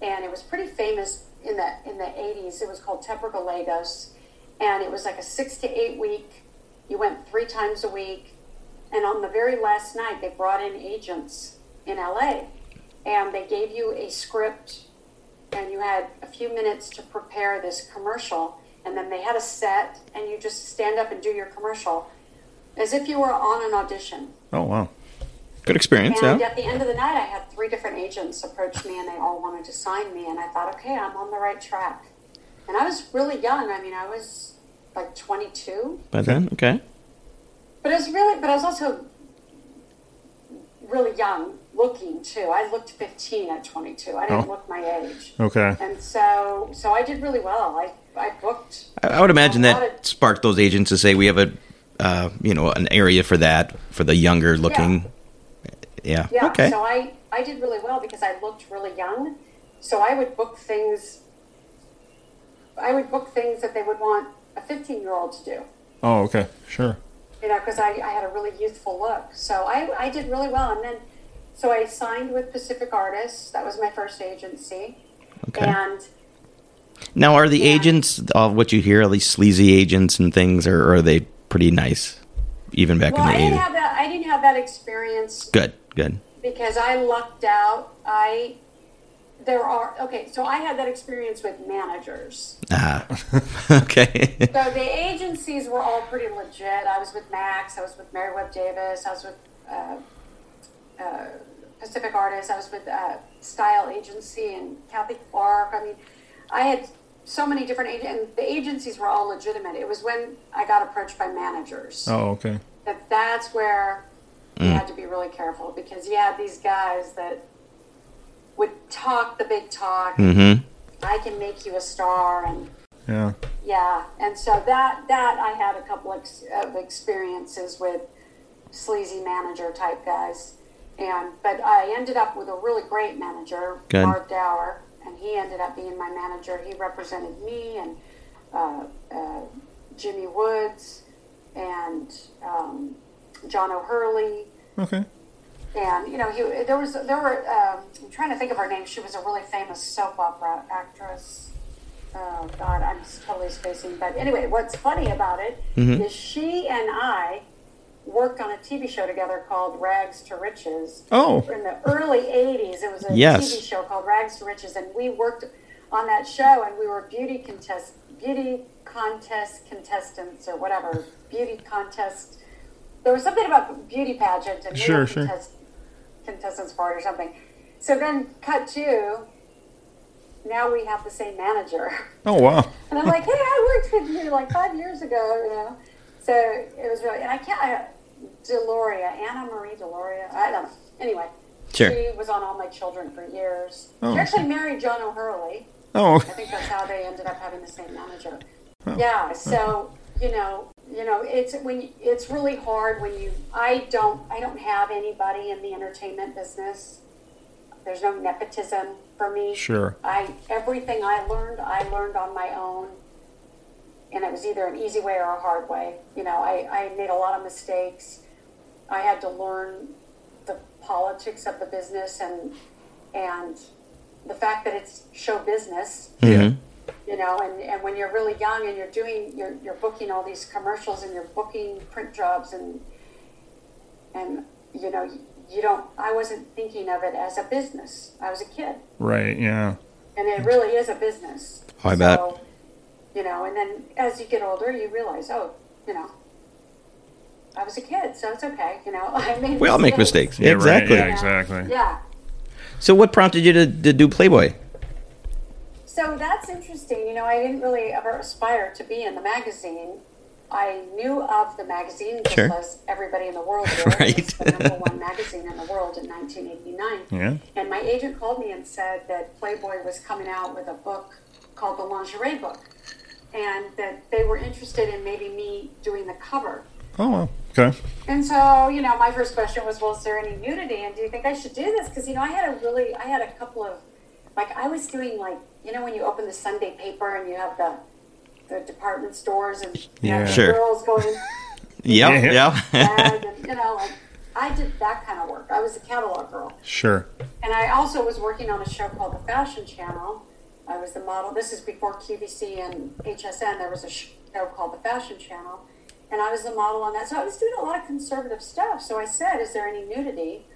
B: And it was pretty famous in the in the 80s. It was called Tepragalagos. And it was like a six to eight week. You went three times a week. And on the very last night, they brought in agents in LA. And they gave you a script and you had a few minutes to prepare this commercial. and then they had a set, and you just stand up and do your commercial, as if you were on an audition.
D: Oh wow.
E: Good experience,
B: And
E: yeah.
B: at the end of the night, I had three different agents approach me, and they all wanted to sign me. And I thought, okay, I'm on the right track. And I was really young. I mean, I was like 22,
E: By then, okay.
B: but I was really, but I was also really young looking too. I looked 15 at 22. I didn't
D: Oh.
B: look my age.
D: Okay.
B: And so, so I did really well. I, I booked.
E: I, I would imagine
B: a lot of-
E: that sparked those agents to say we have a, uh, you know, an area for that for the younger looking. Yeah.
B: Yeah.
E: Okay.
B: So I, I did really well because I looked really young. So I would book things. I would book things that they would want a 15 year old to do,
D: Oh okay. Sure.
B: you know, because I, I had a really youthful look. So I, I did really well. And then, so I signed with Pacific Artists. That was my first agency.
E: Okay.
B: And
E: now, are the
B: Yeah.
E: agents all what you hear? All these sleazy agents and things, or, are they pretty nice? Even back
B: well,
E: in
B: I
E: the
B: didn't
E: eighties.
B: have that. I didn't have that experience
E: Good. Good.
B: because I lucked out. I there are okay, so I had that experience with managers. *laughs*
E: Ah. okay.
B: So the agencies were all pretty legit. I was with Max. I was with Mary Webb Davis. I was with uh, uh, Pacific Artists. I was with uh, Style Agency and Kathy Clark. I mean, I had so many different agents, and the agencies were all legitimate. It was when I got approached by managers
D: Oh okay.
B: that that's where you had to be really careful because you had these guys that would talk the big talk.
E: Mm-hmm.
B: I can make you a star, and
D: Yeah.
B: yeah, and so that that I had a couple ex- of experiences with sleazy manager type guys, and but I ended up with a really great manager,
E: Good.
B: Mark Dower, and he ended up being my manager. He represented me and uh, uh, Jimmy Woods and um, John O'Hurley.
D: Okay.
B: And you know, he, there was there were. Um, I'm trying to think of her name. She was a really famous soap opera actress. Oh God, I'm just totally spacing. But anyway, what's funny about it is she and I worked on a TV show together called Rags to Riches.
D: Oh.
B: In the early '80s, it was a
E: Yes.
B: TV show called Rags to Riches, and we worked on that show, and we were beauty contest, beauty contest contestants, or whatever, beauty contest. There was something about beauty pageant and sure,
D: Sure, sure.
B: contest, contestants part or something. So then cut to now we have the same manager. *laughs*
D: Oh wow.
B: And I'm like, hey, I worked with you like five years ago, you know. So it was really, and I can't, I, Deloria, Anna Marie Deloria, I don't know. Anyway,
E: Sure.
B: she was on All My Children for years.
D: Oh.
B: She actually married John O'Hurley.
D: Oh.
B: I think that's how they ended up having the same manager. Yeah. So you know, you know, it's when you, it's really hard when you. I don't. I don't have anybody in the entertainment business. There's no nepotism for me.
D: Sure.
B: I everything I learned, I learned on my own, and it was either an easy way or a hard way. You know, I, I made a lot of mistakes. I had to learn the politics of the business and and the fact that it's show business
D: Yeah.
B: you know and, and when you're really young and you're doing you're, you're booking all these commercials and you're booking print jobs and and you know you don't i wasn't thinking of it as a business i was a kid
D: Right. Yeah.
B: and it really is a business
E: I bet.
B: So, you know and then as you get older you realize oh you know i was a kid so it's okay you know *laughs* i made
E: We all make mistakes.
D: Yeah, right.
E: exactly.
D: Yeah, exactly.
B: yeah
E: So, what prompted you to, to do Playboy?
B: So that's interesting. You know, I didn't really ever aspire to be in the magazine. I knew of the magazine just
E: Sure.
B: as everybody in the
E: *laughs*
B: world did. It was
E: Right.
B: the
E: *laughs*
B: number one magazine in the world in 1989.
D: Yeah.
B: And my agent called me and said that Playboy was coming out with a book called The Lingerie Book and that they were interested in maybe me doing the cover.
D: Oh wow. Okay.
B: And so, you know, my first question was, well, is there any nudity? And do you think I should do this? Because, you know, I had a really, I had a couple of, like, I was doing, like, you know, when you open the Sunday paper and you have the, the department stores and you know,
D: Yeah.
B: the
E: Sure.
B: girls going
E: Yep.
D: Yeah.
E: *laughs* Yeah.
B: bad and, you know, like, I did that kind of work. I was a catalog girl.
D: Sure.
B: And I also was working on a show called The Fashion Channel. I was the model. This is before QVC and HSN. There was a show called The Fashion Channel, and I was the model on that. So I was doing a lot of conservative stuff. So I said, "Is there any nudity?"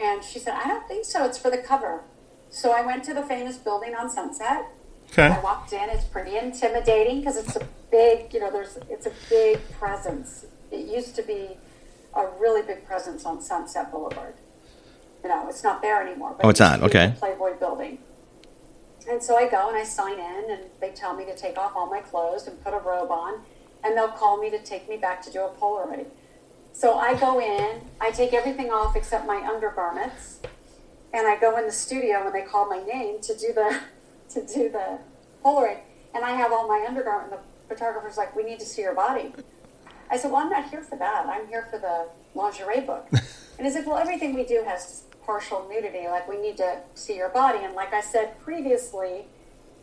B: And she said, "I don't think so. It's for the cover." So I went to the famous building on Sunset,
D: Okay.
B: I walked in. It's pretty intimidating because it's a big, you know, there's it's a big presence. It used to be a really big presence on Sunset Boulevard. You know, it's not there anymore. But
E: Oh, it's
B: it used
E: not.
B: to be
E: Okay.
B: the Playboy Building. And so I go and I sign in, and they tell me to take off all my clothes and put a robe on, and they'll call me to take me back to do a Polaroid. So I go in, I take everything off except my undergarments, and I go in the studio when they call my name to do the *laughs* to do the Polaroid, and I have all my undergarment. And the photographer's like, "We need to see your body." I said, "Well, I'm not here for that. I'm here for the lingerie book." and he's like, "Well, everything we do has partial nudity. Like, we need to see your body." And like I said previously,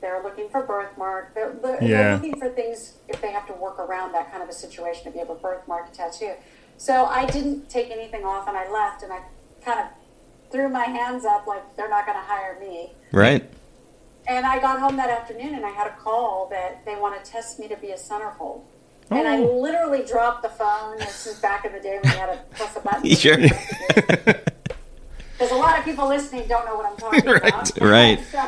B: they're looking for birthmark. They're, they're
D: Yeah.
B: looking for things if they have to work around that kind of a situation. If you have a birthmark, a tattoo. So I didn't take anything off, and I left, and I kind of threw my hands up like they're not going to hire me.
D: *laughs*
E: Right.
B: And I got home that afternoon and I had a call that they want to test me to be a centerfold. And
E: Oh.
B: I literally dropped the phone. This is back in the day when you had to press a button.
E: *laughs*
B: *laughs*
E: Sure.
B: Because a lot of people listening don't know what I'm talking about. *laughs*
E: *laughs* Right.
B: So,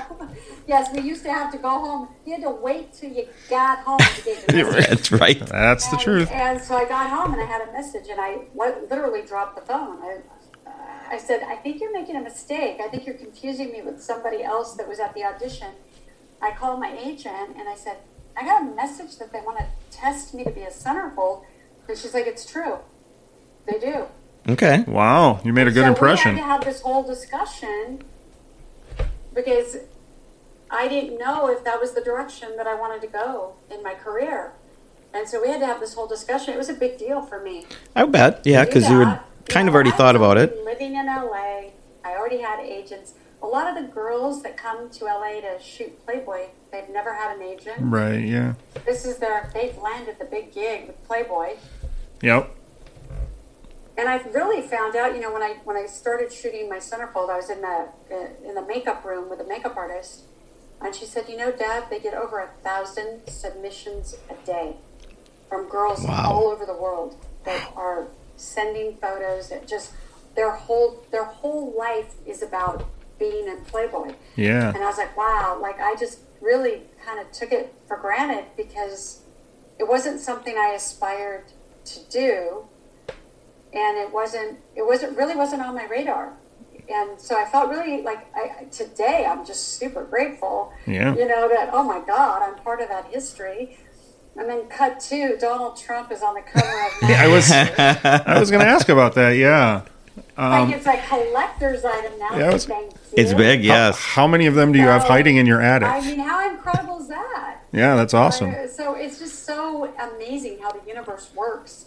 B: yes, we used to have to go home. You had to wait till you got home to get
E: *laughs*
B: your message.
E: That's right.
D: That's the
B: And-
D: truth.
B: And so I got home and I had a message, and I li- literally dropped the phone. I, I said, I think you're making a mistake. I think you're confusing me with somebody else that was at the audition. I called my agent and I said, I got a message that they want to test me to be a centerfold. And she's like, It's true. They do.
E: Okay.
D: Wow, you made a good
B: So
D: impression.
B: We had to have this whole discussion because I didn't know if that was the direction that I wanted to go in my career, and so we had to have this whole discussion. It was a big deal for me.
E: I bet. Yeah,
B: to do
E: because you had
B: that.
E: kind
B: know,
E: of already
B: I was
E: thought about
B: already
E: it.
B: Living in LA, I already had agents. A lot of the girls that come to LA to shoot Playboy, they've never had an agent.
D: Right, yeah.
B: This is their they've landed the big gig with Playboy.
D: Yep.
B: and I really found out, you know, when I when I started shooting my centerfold, I was in the uh, in the makeup room with a makeup artist, and she said, "You know, Dad, they get over a thousand submissions a day from girls
E: Wow.
B: all over the world that are sending photos. That just their whole their whole life is about being in Playboy." *laughs*
D: Yeah.
B: And I was like, wow, like I just really kind of took it for granted because it wasn't something I aspired to do. And it wasn't, it wasn't, really wasn't on my radar. And so I felt really like I, I- today I'm just super grateful,
D: Yeah.
B: you know, that, oh my God, I'm part of that history. And then cut two, Donald Trump is on the cover
D: *laughs*
B: of
D: I
B: yeah,
D: was I was going to ask about that. Yeah.
B: like it's a collector's item now.
D: um, Yeah, it's-
B: Thank you.
E: It's big, yes.
D: How many of them do you have
B: So,
D: hiding in your
B: I
D: attic?
B: mean, how incredible is that?
D: Yeah, that's awesome.
B: Uh, So it's just so amazing how the universe works.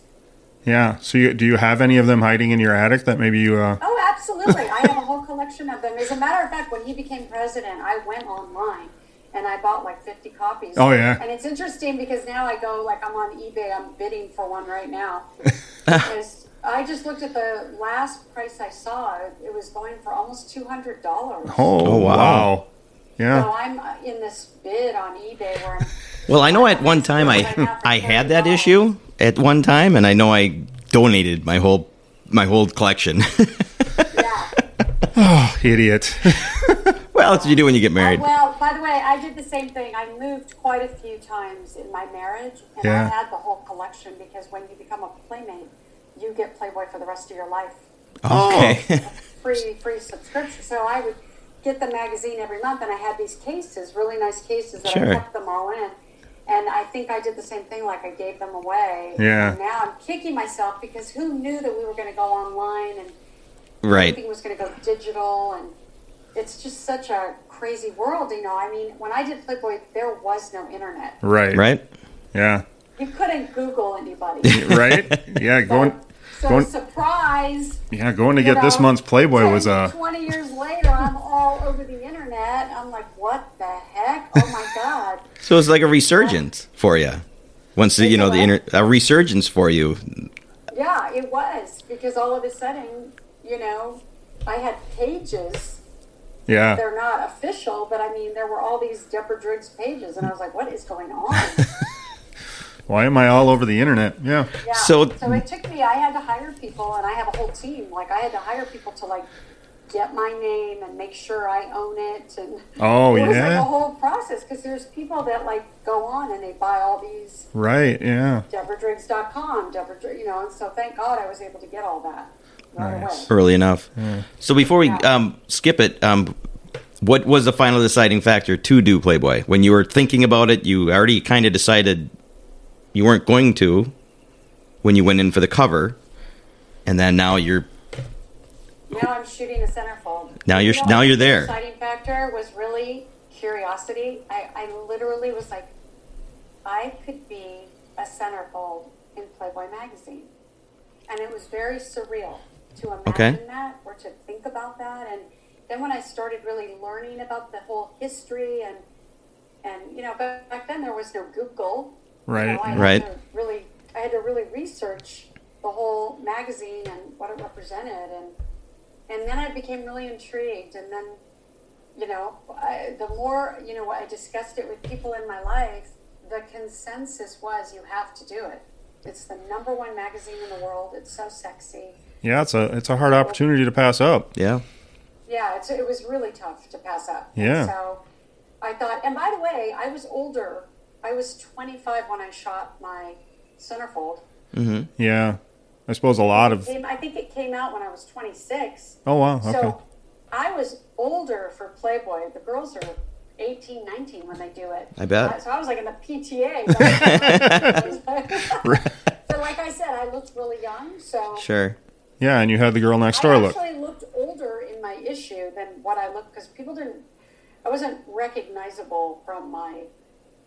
D: Yeah. So you, do you have any of them hiding in your attic that maybe you uh
B: Oh, absolutely. I have a whole collection of them. As a matter of fact, when he became president, I went online and I bought like 50 copies.
D: Oh, yeah.
B: And it's interesting because now I go, like, I'm on eBay, I'm bidding for one right
D: *laughs*
B: now. Because I just looked at the last price I saw, it- it was going for almost $200.
D: Oh,
E: Oh, wow.
D: wow. Yeah.
B: So I'm uh, in this bid on eBay where I'm.
E: Well, I know at one time I I had that issue at one time, and I know I donated my whole my whole collection. *laughs*
B: Yeah.
D: Idiot. *laughs*
E: well, that's what you do when you get married.
B: Uh, Well, by the way, I did the same thing. I moved quite a few times in my marriage, and
D: Yeah.
B: I had the whole collection because when you become a playmate, you get Playboy for the rest of your life,
E: Okay.
B: free free subscription. So I would get the magazine every month, and I had these cases, really nice cases that
E: Sure.
B: I kept them all in. And I think I did the same thing, like I gave them away.
D: Yeah.
B: And now I'm kicking myself because who knew that we were going to go online and
E: *laughs* right.
B: everything was going to go digital and it's just such a crazy world you know i mean when i did playboy there was no internet
D: Right.
E: Right.
D: Yeah.
B: you couldn't google anybody
D: Right? Yeah, going
B: so
D: Going-
B: surprise
D: yeah, going to
B: you
D: get this
B: know,
D: month's Playboy
B: 10,
D: was uh
B: 20 years later i'm all over the internet i'm like what the heck oh my god
E: So it's like a resurgence for you. Once the, you know the inter- a resurgence for you.
B: yeah it was because all of a sudden you know i had pages
D: yeah.
B: they're not official, but I mean, there were all these Deborah Driggs pages, and I was like, "What is going on?"
D: Why am I all over the internet? Yeah.
B: Yeah.
E: So-
B: it took me. I had to hire people, and I have a whole team. Like I had to hire people to like get my name and make sure I own it, and *laughs*
D: Oh,
B: it was like
D: yeah?
B: a whole process. process because there's people that like go on and they buy all these
D: Right. Yeah.
B: DeborahDriggs.com, Deborah, Dr- you know, and so thank God I was able to get all that right
D: Nice.
B: away.
E: early enough. So before we um, skip it, um, what was the final deciding factor to do Playboy? When you were thinking about it, you already kind of decided you weren't going to when you went in for the cover, and then now you're
B: Now I'm shooting a centerfold.
E: Now you're-
B: You
E: now
B: what
E: you're
B: the
E: there.
B: Exciting factor was really curiosity. I, I literally was like, I could be a centerfold in Playboy magazine, and it was very surreal to imagine
E: Okay.
B: that or to think about that. And then when I started really learning about the whole history and and you know, but back then there was no Google. You know, I
D: Right.
B: had
E: Right.
B: to Really, I had to really research the whole magazine and what it represented, and and then I became really intrigued. And then, you know, I, the more you know, I discussed it with people in my life. The consensus was, you have to do it. It's the number one magazine in the world. It's so sexy.
D: Yeah. It's a it's a hard opportunity to pass up.
E: yeah
B: Yeah, it's, it was really tough to pass up.
D: Yeah.
B: So I thought, and by the way, I was older. I was 25 when I shot my centerfold.
D: Yeah. I suppose a lot of.
B: Came- I think it came out when I was 26.
D: Oh wow. Okay.
B: So I was older for Playboy. The girls are 18, 19 when they do it.
E: I bet.
B: Uh, So I was like in the
E: *laughs*
B: PTA. *laughs* so like I said, I looked really young. So
E: sure.
D: Yeah, and you had the girl next door
B: I
D: look.
B: actually looked older in my issue than what I looked because people didn't. I wasn't recognizable from my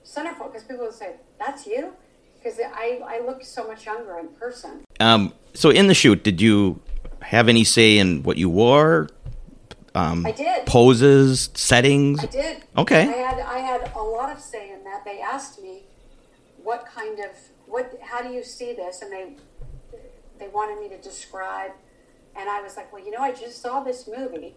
B: centerfold because people would say, "That's you," because I I looked so much younger in person.
E: Um, so in the shoot, did you have any say in what you wore, Mm.
B: I did.
E: poses, settings?
B: I did.
E: Okay.
B: I had I had a lot of say in that. They asked me what kind of what how do you see this and they they wanted me to describe and I was like, "Well, you know, I just saw this movie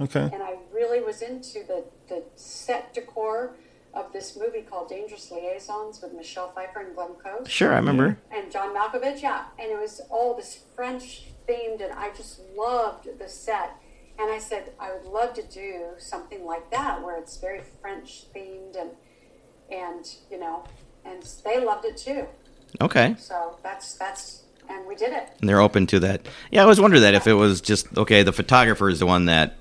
D: Okay.
B: *laughs* and I really was into the the set decor of this movie called Dangerous Liaisons with Michelle Pfeiffer and Glenn Close
E: Sure, I remember.
B: and John Malkovich, yeah. And it was all this French themed, and I just loved the set. And I said, I would love to do something like that, where it's very French themed, and and you know, and they loved it too.
E: Okay,
B: So that's that's, and we did it.
E: and they're open to that. Yeah, I always wondered that if it was just okay, the photographer is the one that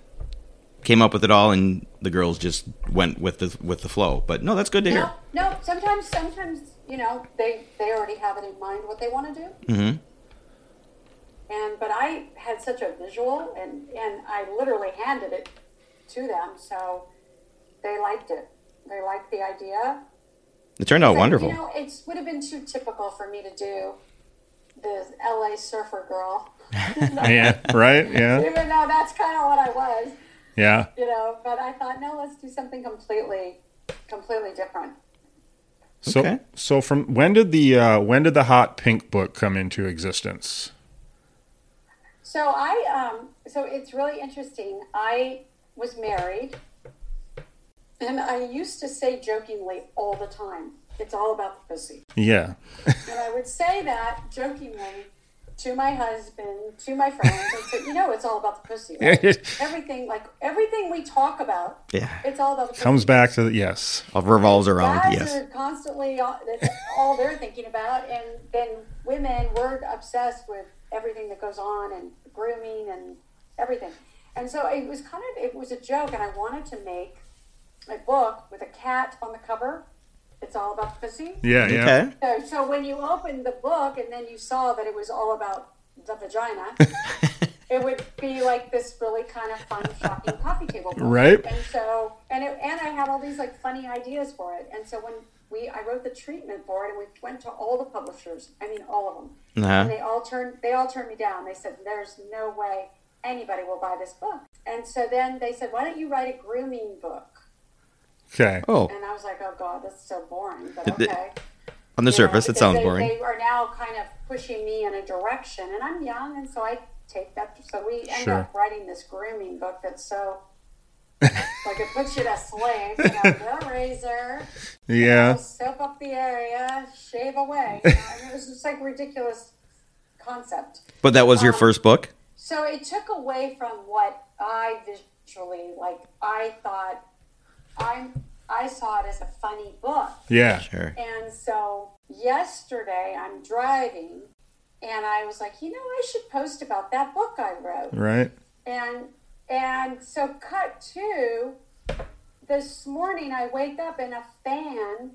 E: came up with it all, and the girls just went with the with the flow. But no, that's good to hear.
B: No, no. Sometimes, sometimes you know, they they already have it in mind what they want to do. Mm-hmm. And but I had such a visual, and and I literally handed it to them, so they liked it. They liked the idea.
E: It turned out
B: But,
E: wonderful.
B: You know, it would have been too typical for me to do the L.A. surfer girl,
D: Yeah. Right. Yeah.
B: even though that's kind of what I was,
D: Yeah.
B: you know. But I thought, no, let's do something completely, completely different.
D: So
E: Okay.
D: so from when did the uh, when did the hot pink book come into existence?
B: So I um so it's really interesting. I was married and I used to say jokingly all the time, it's all about the pussy.
D: Yeah.
B: And I would say that jokingly to my husband, to my friends, and say, you know, it's all about the pussy. right? everything like everything we talk about,
E: Yeah.
B: it's all about the pussy.
D: Comes back to the, yes.
E: All revolves around
B: Guys
E: yes.
B: are constantly all- that's all they're thinking about, and then women we're obsessed with everything that goes on and grooming and everything. And so it was kind of it was a joke, and I wanted to make a book with a cat on the cover. It's all about pussy.
D: Yeah. Yeah.
E: Okay.
B: So, so when you opened the book and then you saw that it was all about the vagina, it would be like this really kind of fun, shocking coffee table book.
D: Right.
B: And so, and it, and I had all these like funny ideas for it. And so when we, I wrote the treatment for it, and we went to all the publishers. I mean, all of them.
E: Uh-huh.
B: And they all turned, they all turned me down. They said, "There's no way anybody will buy this book." And so then they said, "Why don't you write a grooming book?"
D: Okay.
E: Oh,
B: And I was like, "Oh God, that's so boring." But
E: Did they-
B: okay.
E: on the
B: You know,
E: surface, it
B: because
E: sounds
B: they,
E: boring.
B: They are now kind of pushing me in a direction, and I'm young, and so I take that. So we end
D: Sure.
B: up writing this grooming book that's so like it puts you to sleep. You
E: *laughs*
B: know, no razor,
D: Yeah.
B: soap up the area, shave away. You know, I mean, it was just like ridiculous concept.
E: But that was your first book.
B: So it took away from what I visually like. I thought I'm I saw it as a funny book.
D: Yeah.
E: Sure.
B: And so yesterday I'm driving and I was like, you know, I should post about that book I wrote.
D: Right.
B: And and so cut to this morning I wake up and a fan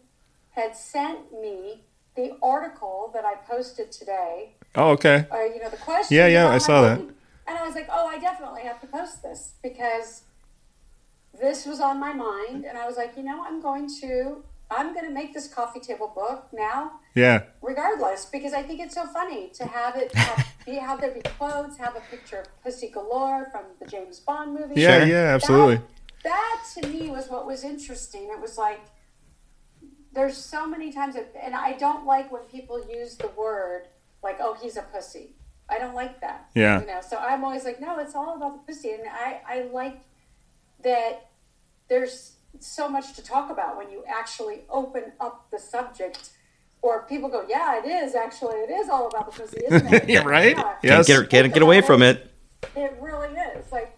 B: had sent me the article that I posted today.
D: Oh, okay.
B: Or you know, the question.
D: Yeah, yeah,
B: about
D: I
B: my
D: saw that.
B: book. And I was like, Oh, I definitely have to post this because this was on my mind and I was like, you know, I'm going to I'm gonna make this coffee table book now
D: Yeah.
B: regardless, because I think it's so funny to have it have, be, have there be quotes, have a picture of Pussy Galore from the James Bond movie.
D: Yeah,
E: Sure.
D: yeah, absolutely.
B: That, that to me was what was interesting. It was like there's so many times, that, and I don't like when people use the word like, "Oh, he's a pussy." I don't like that.
D: Yeah.
B: you know. So I'm always like, "No, it's all about the pussy," and I I like that there's so much to talk about when you actually open up the subject or people go yeah it is actually it is all about the pussy isn't it
D: *laughs* Yeah, right?
B: yeah.
D: Yes.
E: Can't get, can't get away from it.
B: it really is like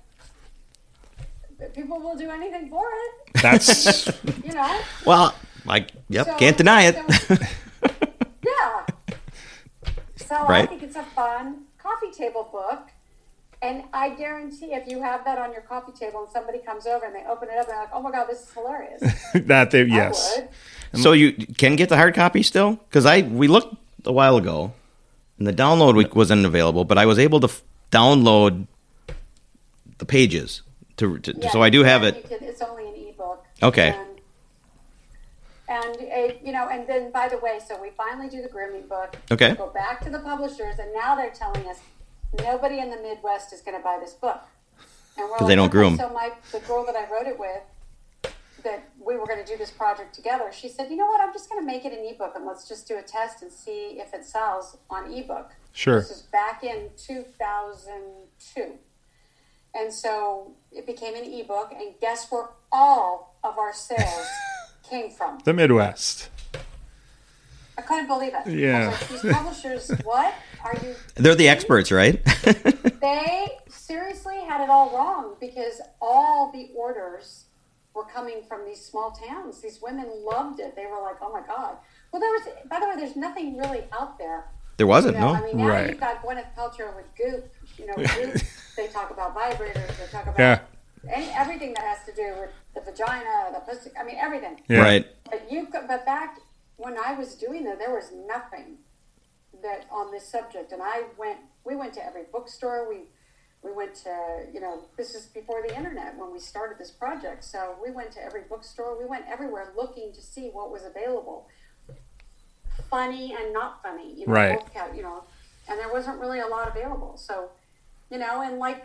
B: people will do anything for it *laughs*
D: That's
B: you know
E: Well, like, yep,
B: So-
E: can't deny it. *laughs*
B: so- yeah so i
E: Right.
B: think it's a fun coffee table book and i guarantee if you have that on your coffee table and somebody comes over and they open it up and they're like oh my god this is hilarious
D: that. They,
B: I
D: yes.
B: would.
E: so you can get the hard copy still? Because I we looked a while ago, and the download week wasn't available, but I was able to f- download the pages. To, to
B: Yeah,
E: so I do have
B: and
E: it.
B: you can- it's only an ebook.
E: Okay.
B: And, and it, you know, and then by the way, so we finally do the grooming book.
E: Okay.
B: Go back to the publishers, and now they're telling us nobody in the Midwest is going to buy this book. And we're
E: 'Cause they don't
B: "Okay,
E: groom."
B: So my the girl that I wrote it with, that we were going to do this project together, she said, you know what, I'm just going to make it an ebook, and let's just do a test and see if it sells on ebook.
D: Sure.
B: This is back in 2002. And so it became an ebook, and guess where all of our
D: *laughs*
B: sales came from?
D: The Midwest.
B: I couldn't believe it. I
D: Yeah.
B: was like, These
D: *laughs*
B: publishers, what are you?
E: They're the experts, right? *laughs*
B: They seriously had it all wrong because all the orders were coming from these small towns. These women loved it. They were like, oh my God. Well, there was, by the way, there's nothing really out there
E: there wasn't
B: You know,
E: no.
B: I mean, now
D: Right.
B: you've got Gwyneth Paltrow with Goop. You know, Goop.
E: *laughs*
B: they talk about vibrators. They talk about
D: Yeah.
B: any, everything that has to do with the vagina, the pussy. I mean, everything.
D: Yeah.
E: Right.
B: But you, could- but back when I was doing that, there was nothing that on this subject, and I went. We went to every bookstore. We we went to you know this is before the internet when we started this project. So we went to every bookstore. We went everywhere looking to see what was available, funny and not funny. You know,
D: Right.
B: both cat- you know, and there wasn't really a lot available. So you know, and like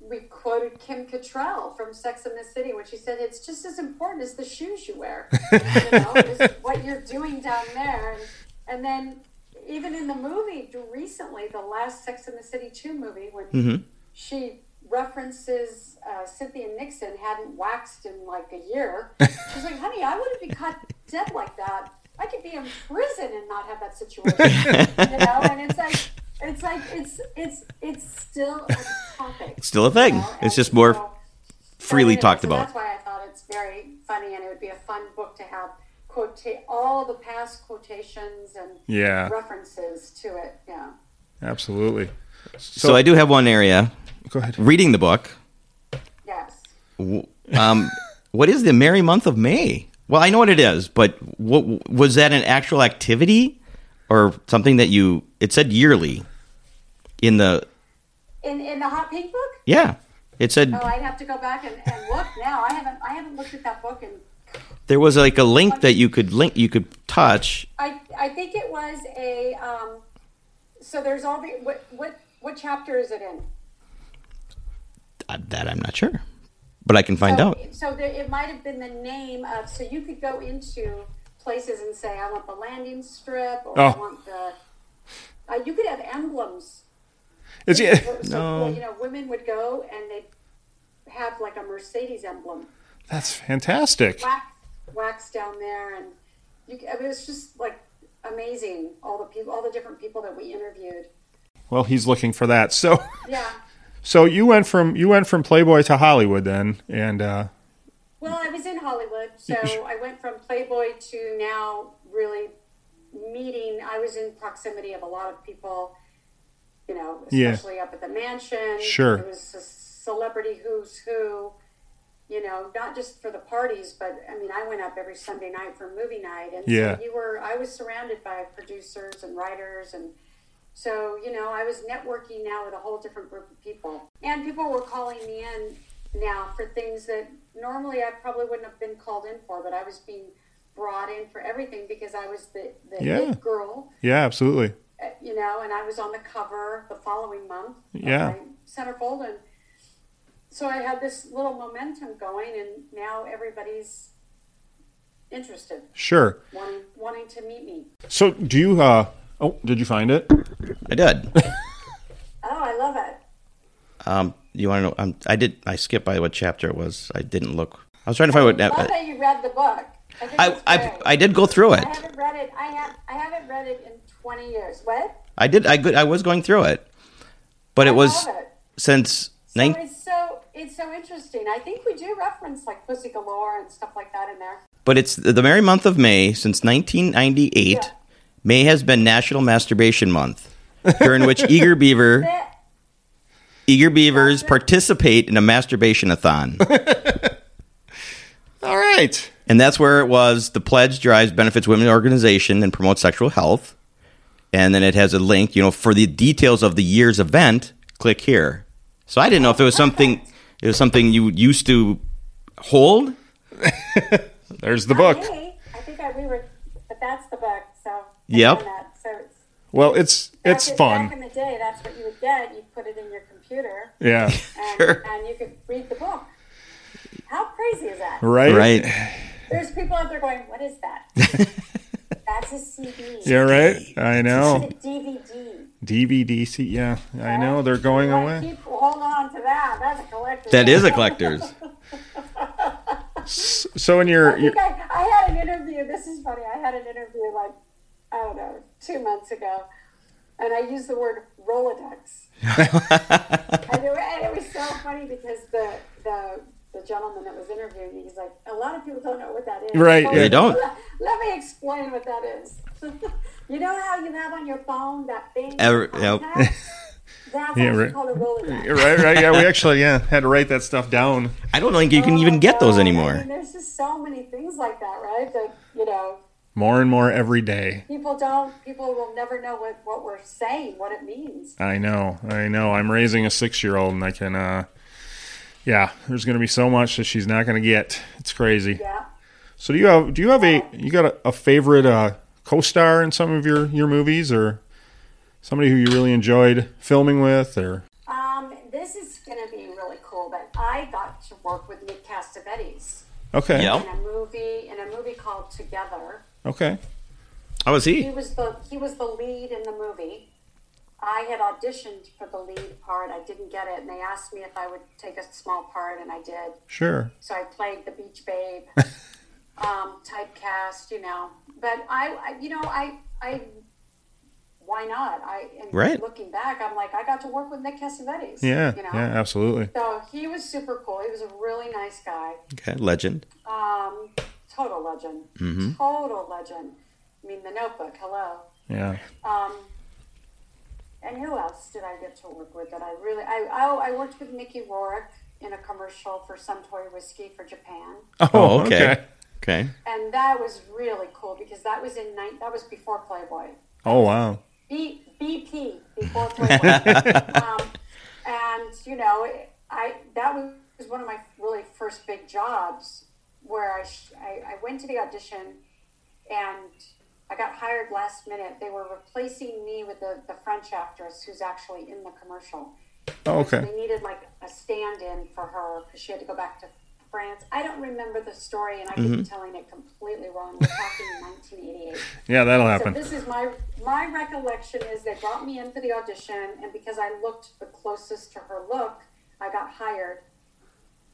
B: we quoted Kim Cattrall from Sex and the City when she said, "It's just as important as the shoes you wear, you know, is what you're doing down there." And, and then, even in the movie recently, the last Sex and the City two movie, when she references uh, Cynthia Nixon hadn't waxed in like a year, she's like, "Honey, I wouldn't be caught dead like that. I could be in prison and not have that situation." you know, and it's like. It's like it's it's it's still a topic
E: Still a thing.
B: know,
E: It's
B: and
E: just more
B: so-
E: freely
B: so
E: talked
B: That's
E: about.
B: why I thought it's very funny, and it would be a fun book to have quote all the past quotations and
D: Yeah.
B: references to it. Yeah.
D: Absolutely.
E: So, I do have one area.
D: Go ahead.
E: Reading the book.
B: Yes.
E: W- Um, *laughs* what is the merry month of May? Well, I know what it is, but what was that an actual activity or something that you? It said yearly. In the
B: In in the hot pink book.
E: yeah, it said
B: Oh, I'd have to go back and, and look now. I haven't I haven't looked at that book, and
E: there was like a link that you could link, you could touch.
B: I I think it was a um. So there's all the what what what chapter is it in?
E: Uh, That I'm not sure, but I can find
B: so,
E: out.
B: So there, it might have been the name of. So you could go into places and say, "I want the landing strip," or "I
D: Oh.
B: want the." Uh, you could have emblems. This
D: It's yeah.
B: is what was so cool. You know, women would go and they'd have like a Mercedes emblem
D: That's fantastic.
B: wax wax down there, and you, I mean, it's just like amazing. All the people, all the different people that we interviewed.
D: Well, he's looking for that. So
B: Yeah.
D: so you went from you went from Playboy to Hollywood then and uh
B: Well, I was in Hollywood,
D: *laughs*
B: so I went from Playboy to now really meeting. I was in proximity of a lot of people, you know,
D: Yeah.
B: especially up at the mansion.
D: Sure.
B: It was a celebrity who's who, you know, not just for the parties, but I mean, I went up every Sunday night for movie night. And so
D: Yeah.
B: you were, I was surrounded by producers and writers and. So, you know, I was networking now with a whole different group of people. And people were calling me in now for things that normally I probably wouldn't have been called in for, but I was being brought in for everything because I was the, the
D: Yeah.
B: it girl,
D: Yeah, absolutely.
B: uh, you know, and I was on the cover the following month. of
D: Yeah.
B: my Centerfold. And so I had this little momentum going, and now everybody's interested,
D: Sure.
B: wanting, wanting to meet me.
D: So do you? uh Oh, did you find it?
E: I did. *laughs*
B: Oh, I love it.
E: um, you want to know? Um, I did. I skipped by what chapter it was. I didn't look. I was trying to find what.
B: Love
E: I,
B: that you read the book. I, think
E: I,
B: it's
E: I,
B: great.
E: I did go through it.
B: I haven't read it. I have. I haven't read it in twenty years. What?
E: I did. I good. I was going through it, but
B: I
E: it was
B: love it.
E: since
B: So
E: nine.
B: it's so it's so interesting. I think we do reference like pussy galore and stuff like that in there.
E: But it's the merry month of May since 1998.
B: Yeah.
E: May has been National Masturbation Month,
B: *laughs*
E: during which eager beaver
B: That-
E: eager beavers participate in a masturbation-a-thon.
D: All right.
E: And that's where it was. The pledge drives benefits women organization and promotes sexual health. And then it has a link, you know, for the details of the year's event, click here. So I didn't know if it was something it was something you used to hold.
D: There's the book.
B: Hey, I think I, we were, but that's the book. So I
E: Yep.
B: found That. So it's
D: Well, it's
B: back
D: it's
B: in- Back
D: fun.
B: in the day, that's what you would get. You put it in your computer,
D: Yeah. *laughs*
B: and,
E: Sure.
B: and you could read the book. How crazy is that?
D: Right.
E: Right.
B: There's people out there going, "What is
E: *laughs*
B: that?" that's a CD.
D: Yeah. Right. I know.
B: It's a DVD.
D: DVD. See, yeah. I know they're going
B: Like,
D: away.
B: Keep, hold on to that. That's a collector's.
E: That is a
B: item.
E: collector's.
D: So in
B: I
D: your, your
B: think I, I had an interview. This is funny. I had an interview like, I don't know, two months ago. And I used the word
E: *laughs*
B: Rolodex. and, it, wa- and it was so funny because the, the, the gentleman that was interviewing me, he's like, a lot of people don't know what that is.
D: Right,
B: Oh,
D: yeah. They
E: don't.
B: Let, let me explain what that is. *laughs* you know how you have on your phone that thing?
E: Ever-
B: that
E: yep.
B: contacts? That's
D: *laughs* Yeah,
B: actually
D: right.
B: called a Rolodex.
D: right, right. Yeah, we actually yeah had to write that stuff down.
E: I don't think you can even get those
B: Uh, I
E: anymore.
B: mean, there's just so many things like that, right? That you know,
D: More and more every day.
B: people don't, people will never know what what we're saying, what it means.
D: I know, I know. I'm raising a six year old, and I can. uh Yeah, there's going to be so much that she's not going to get. It's crazy.
B: Yeah.
D: So do you have do you have a you got a, a favorite uh, co star in some of your your movies or somebody who you really enjoyed filming with or
B: Um, this is going to be really cool. But I got to work with Nick Castavetes
D: okay
E: Yeah.
B: in a movie in a movie called Together.
D: okay
E: How was
B: He
E: Oh, he?
B: was the he was the lead in the movie. I had auditioned for the lead part. I didn't get it, and they asked me if I would take a small part, and I did.
D: sure
B: So I played the beach
D: *laughs*
B: babe, um, typecast, you know. But I, I, you know, I, I, why not? I and
E: Right.
B: looking back, I'm like, I got to work with Nick Cassavetes.
D: yeah
B: you know.
D: yeah absolutely
B: So he was super cool. He was a really nice guy.
E: Okay, legend.
B: Um, total legend.
D: Mm-hmm.
B: Total legend. I mean, The Notebook. Hello.
D: yeah
B: Um, and who else did I get to work with that I really? I oh, I worked with Mickey Rourke in a commercial for Suntory whiskey for Japan.
D: oh,
E: Oh, okay. Okay.
B: and that was really cool because that was in nine, that was before Playboy.
D: oh wow
B: B, BP before Playboy, um, and you know, I that was one of my really first big jobs where I sh- I, I went to the audition and I got hired last minute. They were replacing me with the, the French actress who's actually in the commercial.
D: oh, okay
B: They needed like a stand-in for her because she had to go back to France. I don't remember the story, and I
D: Mm-hmm.
B: could be telling it completely wrong. We're talking 1988.
D: yeah that'll
B: So
D: happen
B: this is my my recollection is they brought me in for the audition, and because I looked the closest to her look, I got hired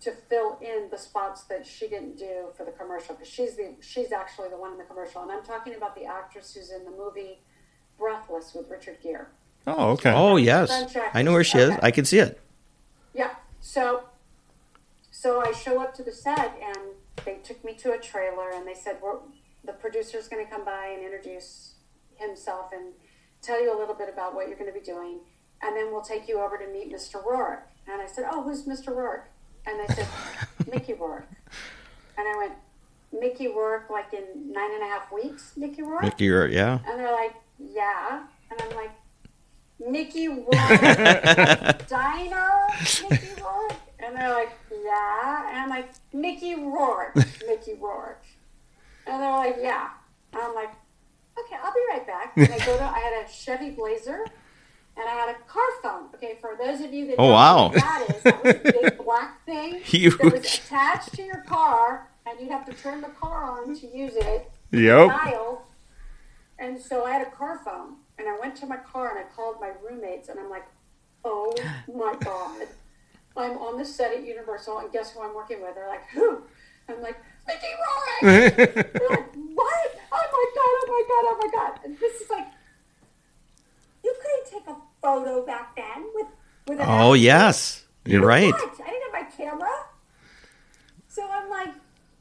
B: to fill in the spots that she didn't do for the commercial because she's the she's actually the one in the commercial, and I'm talking about the actress who's in the movie Breathless with Richard Gere.
D: oh okay
E: Oh yes. I know where she is. I can see it.
B: Yeah. So, So I show up to the set, and they took me to a trailer, and they said, "We're the producer's going to come by and introduce himself and tell you a little bit about what you're going to be doing, and then we'll take you over to meet Mr. Rourke." And I said, "Oh, who's Mr. Rourke?" And they said, "Mickey Rourke." And I went, "Mickey Rourke, like in nine and a half weeks, Mickey Rourke."
E: Mickey Rourke, yeah. *laughs*
B: And they're like, yeah. And I'm like,
E: *laughs*
B: Mickey Rourke, like, diner Mickey Rourke? And they're like, yeah. And I'm like, Mickey Rourke, Mickey Rourke. And they're like, yeah. And I'm like, okay, I'll be right back. And I go to, I had a Chevy Blazer and I had a car phone. Okay, for those of you that
E: Oh,
B: don't
E: wow.
B: know what that is, that was a
E: *laughs*
B: big black thing that was
D: Huge.
B: attached to your car and you'd have to turn the car on to use it
D: Yep.
B: dial. And so I had a car phone, and I went to my car and I called my roommates, and I'm like, "Oh my god, I'm on the set at Universal, and guess who I'm working with?" They're like, "Who?" I'm like, "Mickey Rourke." They're like, "What? Oh my god! Oh my god! Oh my god!" And this is like, you couldn't take a photo back then with with an
E: Oh
B: iPhone.
E: yes, you're right.
B: What? I didn't have my camera. So I'm like,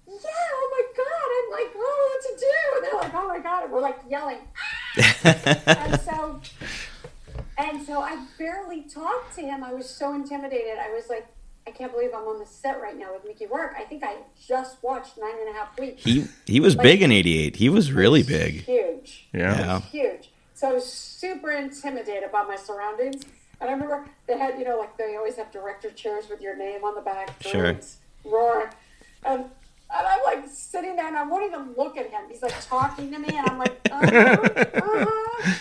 B: yeah, oh my god. I'm like, what do I have to do? And they're like, oh my god. And we're like
E: *laughs*
B: yelling. "Ah!" and so, and so I barely talked to him. I was so intimidated. I was like, I can't believe I'm on the set right now with Mickey Rourke. I think I just watched Nine and a Half Weeks.
E: He he was big in '88. He was really big.
B: Huge
D: Yeah.
E: Yeah.
B: huge. So I was super intimidated by my surroundings. And I remember they had, you know, like they always have director chairs with your name on the back.
E: Sure.
B: Bruins, Roar. And, and I'm like sitting there and I won't even look at him. He's like talking to me and I'm like, uh-huh, uh-huh,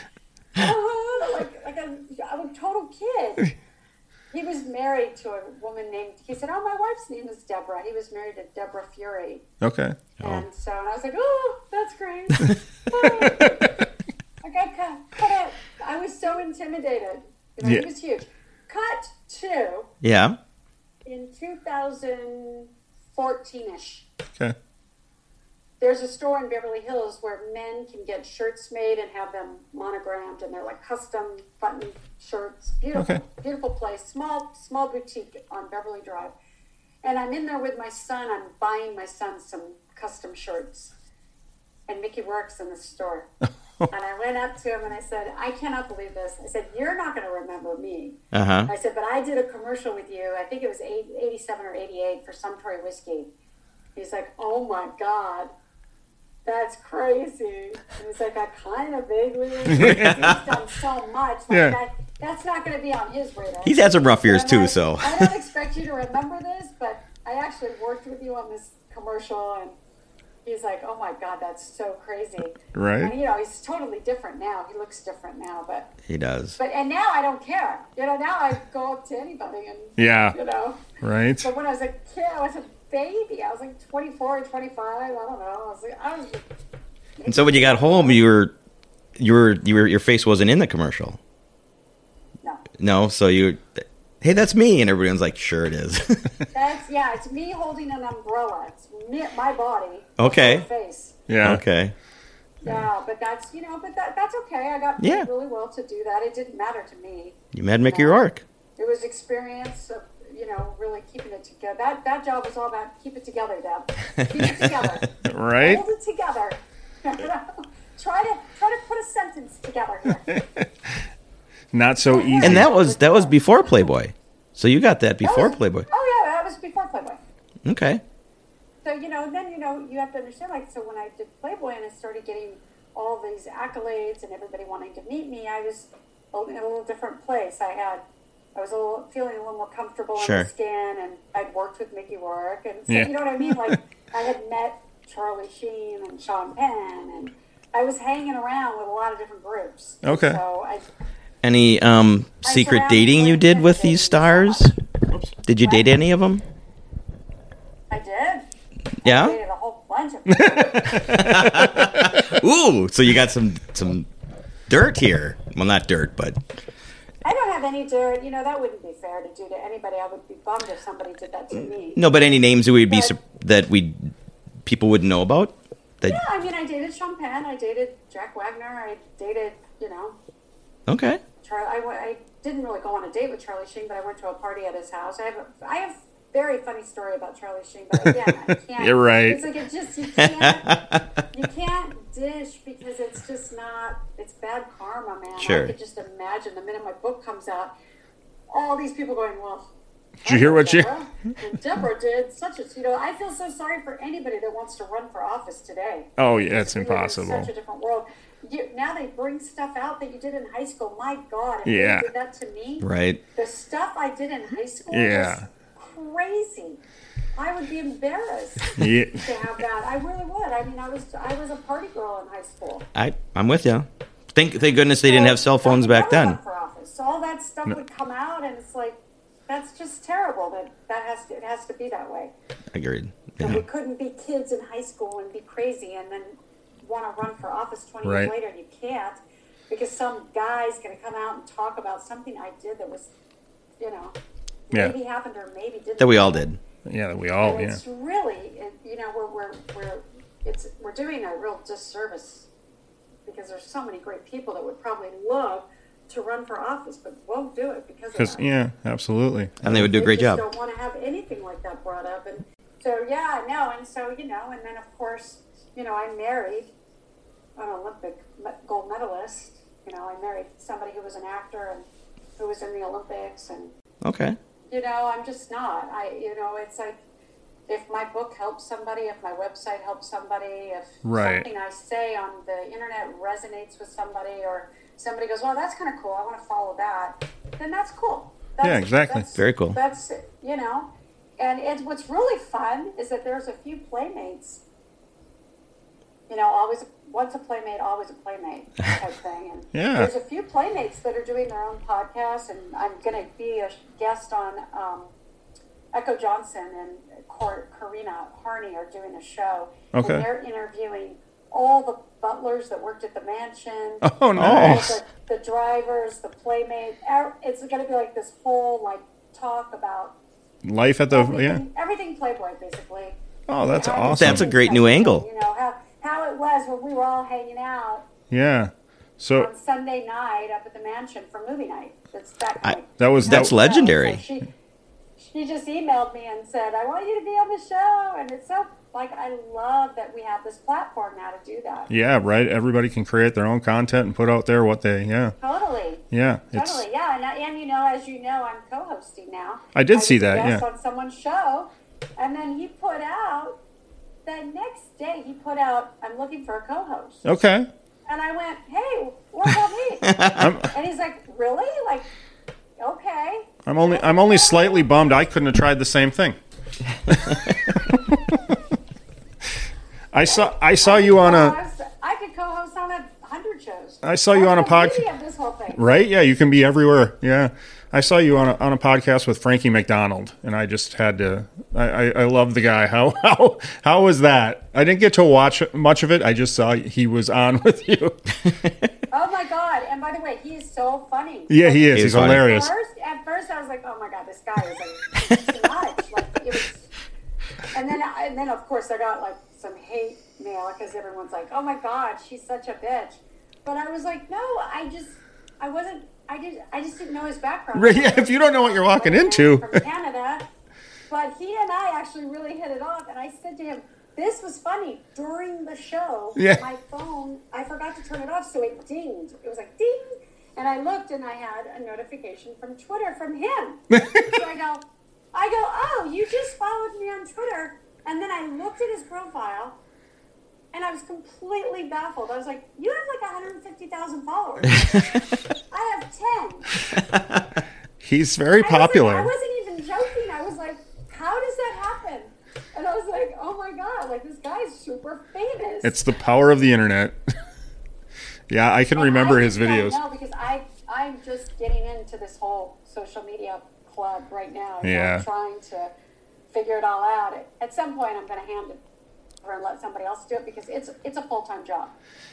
B: uh-huh. Like, like a, I'm a total kid. He was married to a woman named, he said, oh, my wife's name is Deborah. He was married to Deborah Fury.
E: Oh. *laughs*
D: Okay.
B: And so and I was like, oh, that's great. Oh. like I cut, cut out. I was so intimidated. You know,
D: Yeah.
B: It was huge. Cut to
E: Yeah.
B: in 2014 ish.
D: Okay.
B: There's a store in Beverly Hills where men can get shirts made and have them monogrammed, and they're like custom button shirts. Beautiful,
D: Okay.
B: beautiful place. Small, small boutique on Beverly Drive. And I'm in there with my son. I'm buying my son some custom shirts. And Mickey works in the
D: *laughs*
B: store. and I went up to him and I said, I cannot believe this. I said, You're not going to remember me.
E: Uh huh.
B: I said, but I did a commercial with you. I think it was eight- 87 or 88 for Suntory whiskey. He's like, oh my God, that's crazy. And he's like, I kind of vaguely
E: *laughs*
B: remember. He's done so much. Like,
D: Yeah.
B: that, that's not going to be on his radar.
E: He's had some rough years
B: I'm
E: too.
B: like,
E: So
B: I don't expect you to remember this, but I actually worked with you on this commercial, and he's like, "Oh my god, that's so crazy!"
D: Right.
B: And you know, he's totally different now. He looks different now, but
E: he does.
B: but and now I don't care. You know, now I go up to anybody, and you
D: Yeah.
B: know.
D: Right.
B: But when I was a kid, I was a baby. I was like 24 or 25. I don't know. I was like, I was
E: And so when you got home, you were you were you were your face wasn't in the commercial.
B: no.
E: No, so you. Hey, that's me, and everyone's like, "Sure, it is." *laughs*
B: That's yeah. It's me holding an umbrella. It's me, my body.
E: Okay.
B: my face.
D: Yeah.
E: okay.
B: Yeah, but that's you know, but that that's okay. I got
E: Yeah.
B: paid really well to do that. It didn't matter to me.
E: You met Mickey Rourke.
B: It was experience of you know really keeping it together. That that job was all about keep it together, Deb. Keep it
E: *laughs*
B: together.
D: Right.
B: Hold it together. *laughs* try to try to put a sentence together here.
D: Not so easy.
E: And that was that was before Playboy. So you got that before
B: That was-
E: Playboy.
B: Oh yeah, that was before Playboy.
E: Okay.
B: So you know, then you know, you have to understand. Like, so when I did Playboy and I started getting all these accolades and everybody wanting to meet me, I was a- in a little different place. I had, I was a little feeling a little more comfortable
E: Sure.
B: in the skin, and I'd worked with Mickey Rourke, and so,
D: Yeah.
B: you know what I mean. Like, I had met Charlie Sheen and Sean Penn, and I was hanging around with a lot of different groups.
D: Okay.
B: So I,
E: Any um secret
B: surrounded
E: dating you
B: with
E: did with these
B: intimidating
E: stars? Did you date any of them?
B: I did. I
E: Yeah.
B: dated a whole bunch
E: *laughs*
B: of people.
E: Ooh, so you got some some dirt here. Well, not dirt, but
B: I don't have any dirt. You know, that wouldn't be fair to do to anybody. I would be bummed if somebody did that to me.
E: Mm, no, but any names that we'd be sur- that we people would know about. That
B: Yeah, I mean, I dated Sean Penn. I dated Jack Wagner. I dated, you know,
E: okay.
B: Charlie. I, went- I didn't really go on a date with Charlie Sheen, but I went to a party at his house. I have, I have very funny story about Charlie Sheen, but again,
D: *laughs*
B: I can't.
D: You're right.
B: It's like it just you can't you can't dish because it's just not. It's bad karma, man.
E: Sure.
B: I could just imagine the minute my book comes out, all these people going, "Well,
D: Did you hear what you?
B: Deborah, and Deborah did such a you know." I feel so sorry for anybody that wants to run for office today.
D: Oh yeah, it's
B: We live in
D: impossible.
B: Such a different world. You, now they bring stuff out that you did in high school. My God, if they
D: Yeah.
B: did that to me,
E: Right.
B: the stuff I did in high school
D: Yeah.
B: was crazy. I would be embarrassed
D: Yeah.
B: to have that. I really would. I mean, I was I was a party girl in high school.
E: I I'm with you. Thank thank goodness they didn't have cell phones back
B: Never
E: then.
B: run for office. So all that stuff would come out, and it's like that's just terrible. That that has to it has to be that way.
E: Agreed.
B: And
E: Yeah.
B: we couldn't be kids in high school and be crazy, and then want to run for office twenty
D: Right.
B: years later, and you can't because some guy's going to come out and talk about something I did that was, you know,
D: Yeah.
B: maybe happened or maybe didn't.
E: That we all did.
D: Yeah, that we all
B: And
D: yeah.
B: it's really, it, you know, we're, we're, we're, it's, we're doing a real disservice because there's so many great people that would probably love to run for office, but won't do it because of
D: Because
B: that.
D: yeah, absolutely.
E: And they would do a
B: They
E: great
B: just
E: job.
B: Don't want to have anything like that brought up, and so yeah, no, and so you know, and then of course, you know, I married an Olympic me- gold medalist. You know, I married somebody who was an actor and who was in the Olympics, and
E: Okay.
B: you know, I'm just not. I, you know, it's like if my book helps somebody, if my website helps somebody, if
D: Right.
B: something I say on the internet resonates with somebody, or somebody goes, "Well, that's kind of cool. I want to follow that," then that's cool. That's,
D: Yeah, exactly.
B: that's-
E: Very cool.
B: That's you know, and it's what's really fun is that there's a few playmates. You know, always once a playmate, always a
D: *laughs*
B: playmate type thing, and
D: Yeah.
B: there's a few playmates that are doing their own podcasts, and I'm going to be a guest on um, Echo Johnson and Cor- Karina Harney are doing a show.
D: Okay.
B: And they're interviewing all the butlers that worked at the mansion.
D: *laughs* Oh, nice.
B: all The, the drivers, the playmate. Er- It's going to be like this whole like talk about
D: Life
B: Oh,
D: at the yeah.
B: everything, everything Playboy basically.
D: Oh, that's
B: How-
D: awesome.
E: That's a great new angle.
B: You know how how it was when we were all hanging out
D: yeah. So
B: on Sunday night up at the mansion for movie night. It's that kind
E: I-
B: of
D: that was
E: That's
D: that,
E: le- legendary.
B: So she, she just emailed me and said, "I want you to be on the show," and it's so like I love that we have this platform now to do that.
D: yeah right. Everybody can create their own content and put out there what they yeah
B: Totally.
D: yeah. It's
B: Totally, yeah, and, I- and you know, as you know, I'm co-hosting now.
D: I did
B: was
D: see
B: a
D: that,
B: guest
D: yeah.
B: on someone's show, and then he put out the next day. He put out, "I'm looking for a co-host,"
D: okay.
B: and I went, "Hey, what about
D: *laughs*
B: me?" and he's like, "Really? Like, okay."
D: I'm only I'm only slightly bummed I couldn't have tried the same thing. *laughs* I saw I saw you on
B: Well,
D: a
B: I, was- I could co-host on a hundred shows.
D: I saw you on a
B: That's the
D: podca-
B: beauty of this whole thing.
D: right yeah you can be everywhere yeah I saw you on a, on a podcast with Frankie McDonald and I just had to I, I, I love the guy how *laughs* how how was that I didn't get to watch much of it I just saw he was on *laughs* with you
B: Oh my god! And by the way, he is so funny.
D: yeah he is
E: He's
D: he's,
E: funny.
D: hilarious
B: First, at first, I was like, "Oh my god, this guy is like *laughs* too much." Like it was, and then and then of course I got like some hate mail because everyone's like, "Oh my god, she's such a bitch," but I was like, "No, I just I wasn't." I did. I just didn't know his background.
D: Right, yeah, if you don't know what you're walking
B: Like,
D: into.
B: from Canada, but he and I actually really hit it off. And I said to him, "This was funny during the show.
D: Yeah.
B: My phone, I forgot to turn it off, so it dinged. It was like ding, and I looked, and I had a notification from Twitter from him. so I go, I go, oh, you just followed me on Twitter, and then I looked at his profile. And I was completely baffled. I was like, "You have like 150,000 followers. I have 10."
D: he's
B: I
D: very
B: wasn't- I
D: popular
B: wasn't, even joking. I was like, how does that happen? And I was like, oh my god, like this guy's super famous.
D: it's the power of the internet *laughs* yeah I can
B: And
D: remember
B: I
D: his
B: think I
D: videos
B: know because I I'm just getting into this whole social media club right now. you know,
D: Yeah.
B: trying to figure it all out. At some point, I'm going to hand it over and let somebody else do it because it's it's a full time job.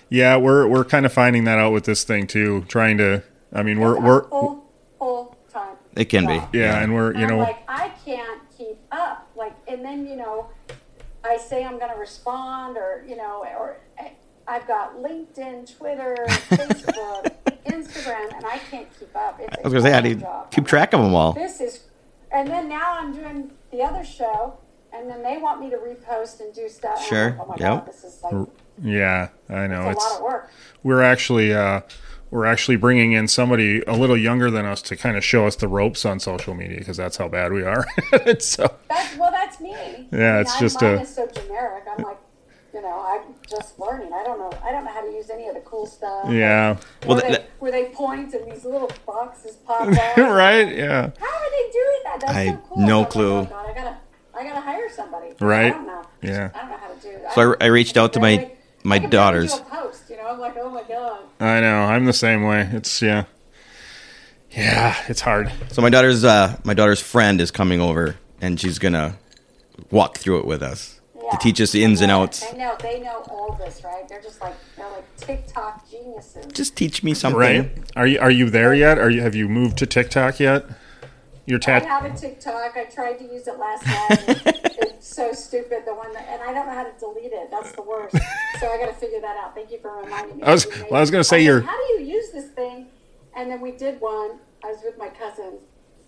D: Yeah, we're we're kind of finding that out with this thing too. Trying to, I mean, we're
B: It's a
D: we're
B: full full time.
E: It can be.
B: job.
D: yeah, and we're you
B: I'm
D: know
B: like I can't keep up. Like, and then you know, I say I'm going to respond, or you know, or I- I've got LinkedIn, Twitter,
D: *laughs*
B: Facebook, Instagram, and I can't keep up. It's
E: I was gonna say how do you
B: job.
E: keep track of them all?
B: This is, and then now I'm doing the other show, and then they want me to repost and do stuff. I'm
E: Sure,
B: like, oh my
E: yep.
B: god, this is like it's
D: Yeah, I know.
B: a
D: oh, It's,
B: lot of work.
D: we're actually uh, we're actually bringing in somebody a little younger than us to kind of show us the ropes on social media because that's how bad we are. *laughs* so
B: That's well, that's me. I
D: Yeah,
B: mean,
D: it's
B: I-
D: just uh,
B: mine
D: a-
B: is so generic. I'm like, you know, I'm just learning. I don't know. I don't know how to use any of the cool stuff.
D: yeah,
B: Where,
E: Well,
B: they,
E: that-
B: where they point and these little boxes pop
E: *laughs*
B: up.
D: right, yeah,
B: How are they doing that? That's
E: I-
B: so cool.
E: no
B: I'm like,
E: clue.
B: oh, God, I gotta, I gotta hire somebody. I
D: Right.
B: don't know.
D: Yeah.
B: I don't know how to do.
E: So I, I reached out to my
B: barely- I
E: my
B: can barely do
E: daughters.
B: a post, you know, I'm like, oh my god.
D: I know. I'm the same way. It's yeah, yeah. It's hard.
E: So my daughter's uh, my daughter's friend is coming over, and she's gonna walk through it with us to
B: Yeah.
E: teach us the ins and
B: Yeah,
E: outs.
B: They know, they know all this, right? They're just like, they're like TikTok geniuses.
E: Just teach me something.
D: Right? Are you are you there yet? Are you have you moved to TikTok yet? Your
B: I
D: tat.
B: have a TikTok. I tried to use it last
D: *laughs*
B: night. it's so stupid. The one that, and I don't know how to delete it. That's the worst. So I got to figure that out. Thank you for reminding me.
D: I was-
B: You made-
D: well, I was gonna say
B: was
D: you're-
B: like, How do you use this thing? And then we did one. I was with my cousins,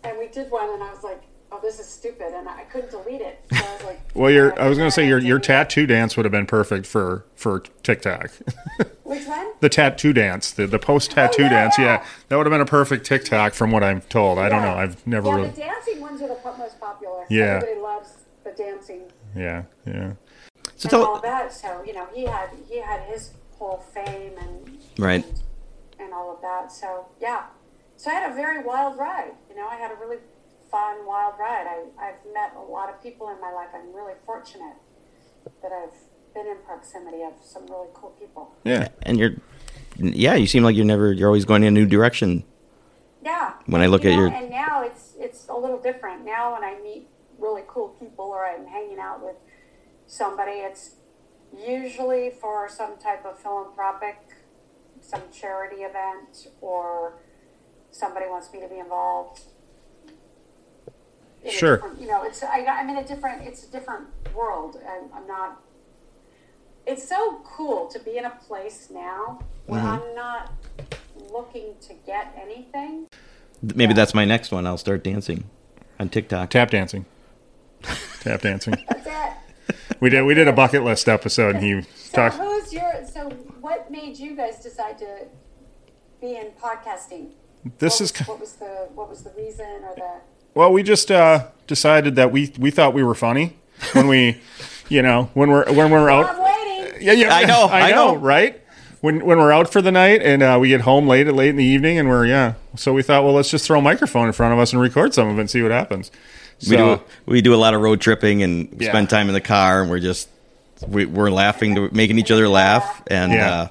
B: and we did one, and I was like, "Oh, this is stupid," and I couldn't delete it. So I was like,
D: Well, your
B: "Alright,
D: I was gonna say
B: gotta
D: your your
B: delete it."
D: tattoo dance would have been perfect for for TikTok. *laughs*
B: Which one? Oh,
D: the tattoo dance, the the post tattoo
B: yeah,
D: dance. Yeah.
B: yeah.
D: that would have been a perfect TikTok from what I'm told. I don't know. I've never
B: Yeah,
D: really.
B: the dancing ones are the po- most popular.
D: Yeah.
B: Everybody loves the dancing.
D: Yeah, yeah.
E: So
B: and all
E: tell
B: that. So you know, he had he had his whole fame and
E: Right.
B: and, and all of that. So yeah, so I had a very wild ride. You know, I had a really fun wild ride. I I've met a lot of people in my life. I'm really fortunate that I've been in proximity of some really cool people.
D: Yeah.
E: and you're yeah, you seem like you're never you're always going in a new direction.
B: Yeah.
E: When I look
B: You
E: at
B: know,
E: your-
B: and now it's it's a little different. Now when I meet really cool people or I'm hanging out with somebody, it's usually for some type of philanthropic, some charity event, or somebody wants me to be involved. in a
D: Sure.
B: different- You know, it's I, I'm in a different. It's a different world. I'm, I'm not. It's so cool to be in a place now where
E: Mm-hmm.
B: I'm not looking to get anything.
E: Maybe that's my next one. I'll start dancing on TikTok.
D: Tap dancing. Tap dancing.
B: That's it.
D: We did we did a bucket list episode
B: *laughs*
D: and he
B: So
D: talked
B: who's your? So what made you guys decide to be in podcasting?
D: this
B: what
D: is
B: was, what was the what was the reason or the
D: Well, we just uh, decided that we we thought we were funny when we, you know, when we're when we're
B: I'm
D: out.
B: waiting.
D: Yeah, yeah,
E: I know, I know.
D: right? When when we're out for the night and uh, we get home late late in the evening and we're yeah. So we thought, well, let's just throw a microphone in front of us and record some of it and see what happens. So,
E: we do we do a lot of road tripping and
D: Yeah.
E: spend time in the car, and we're just we, we're laughing, to, making each other laugh, and
D: Yeah.
E: uh,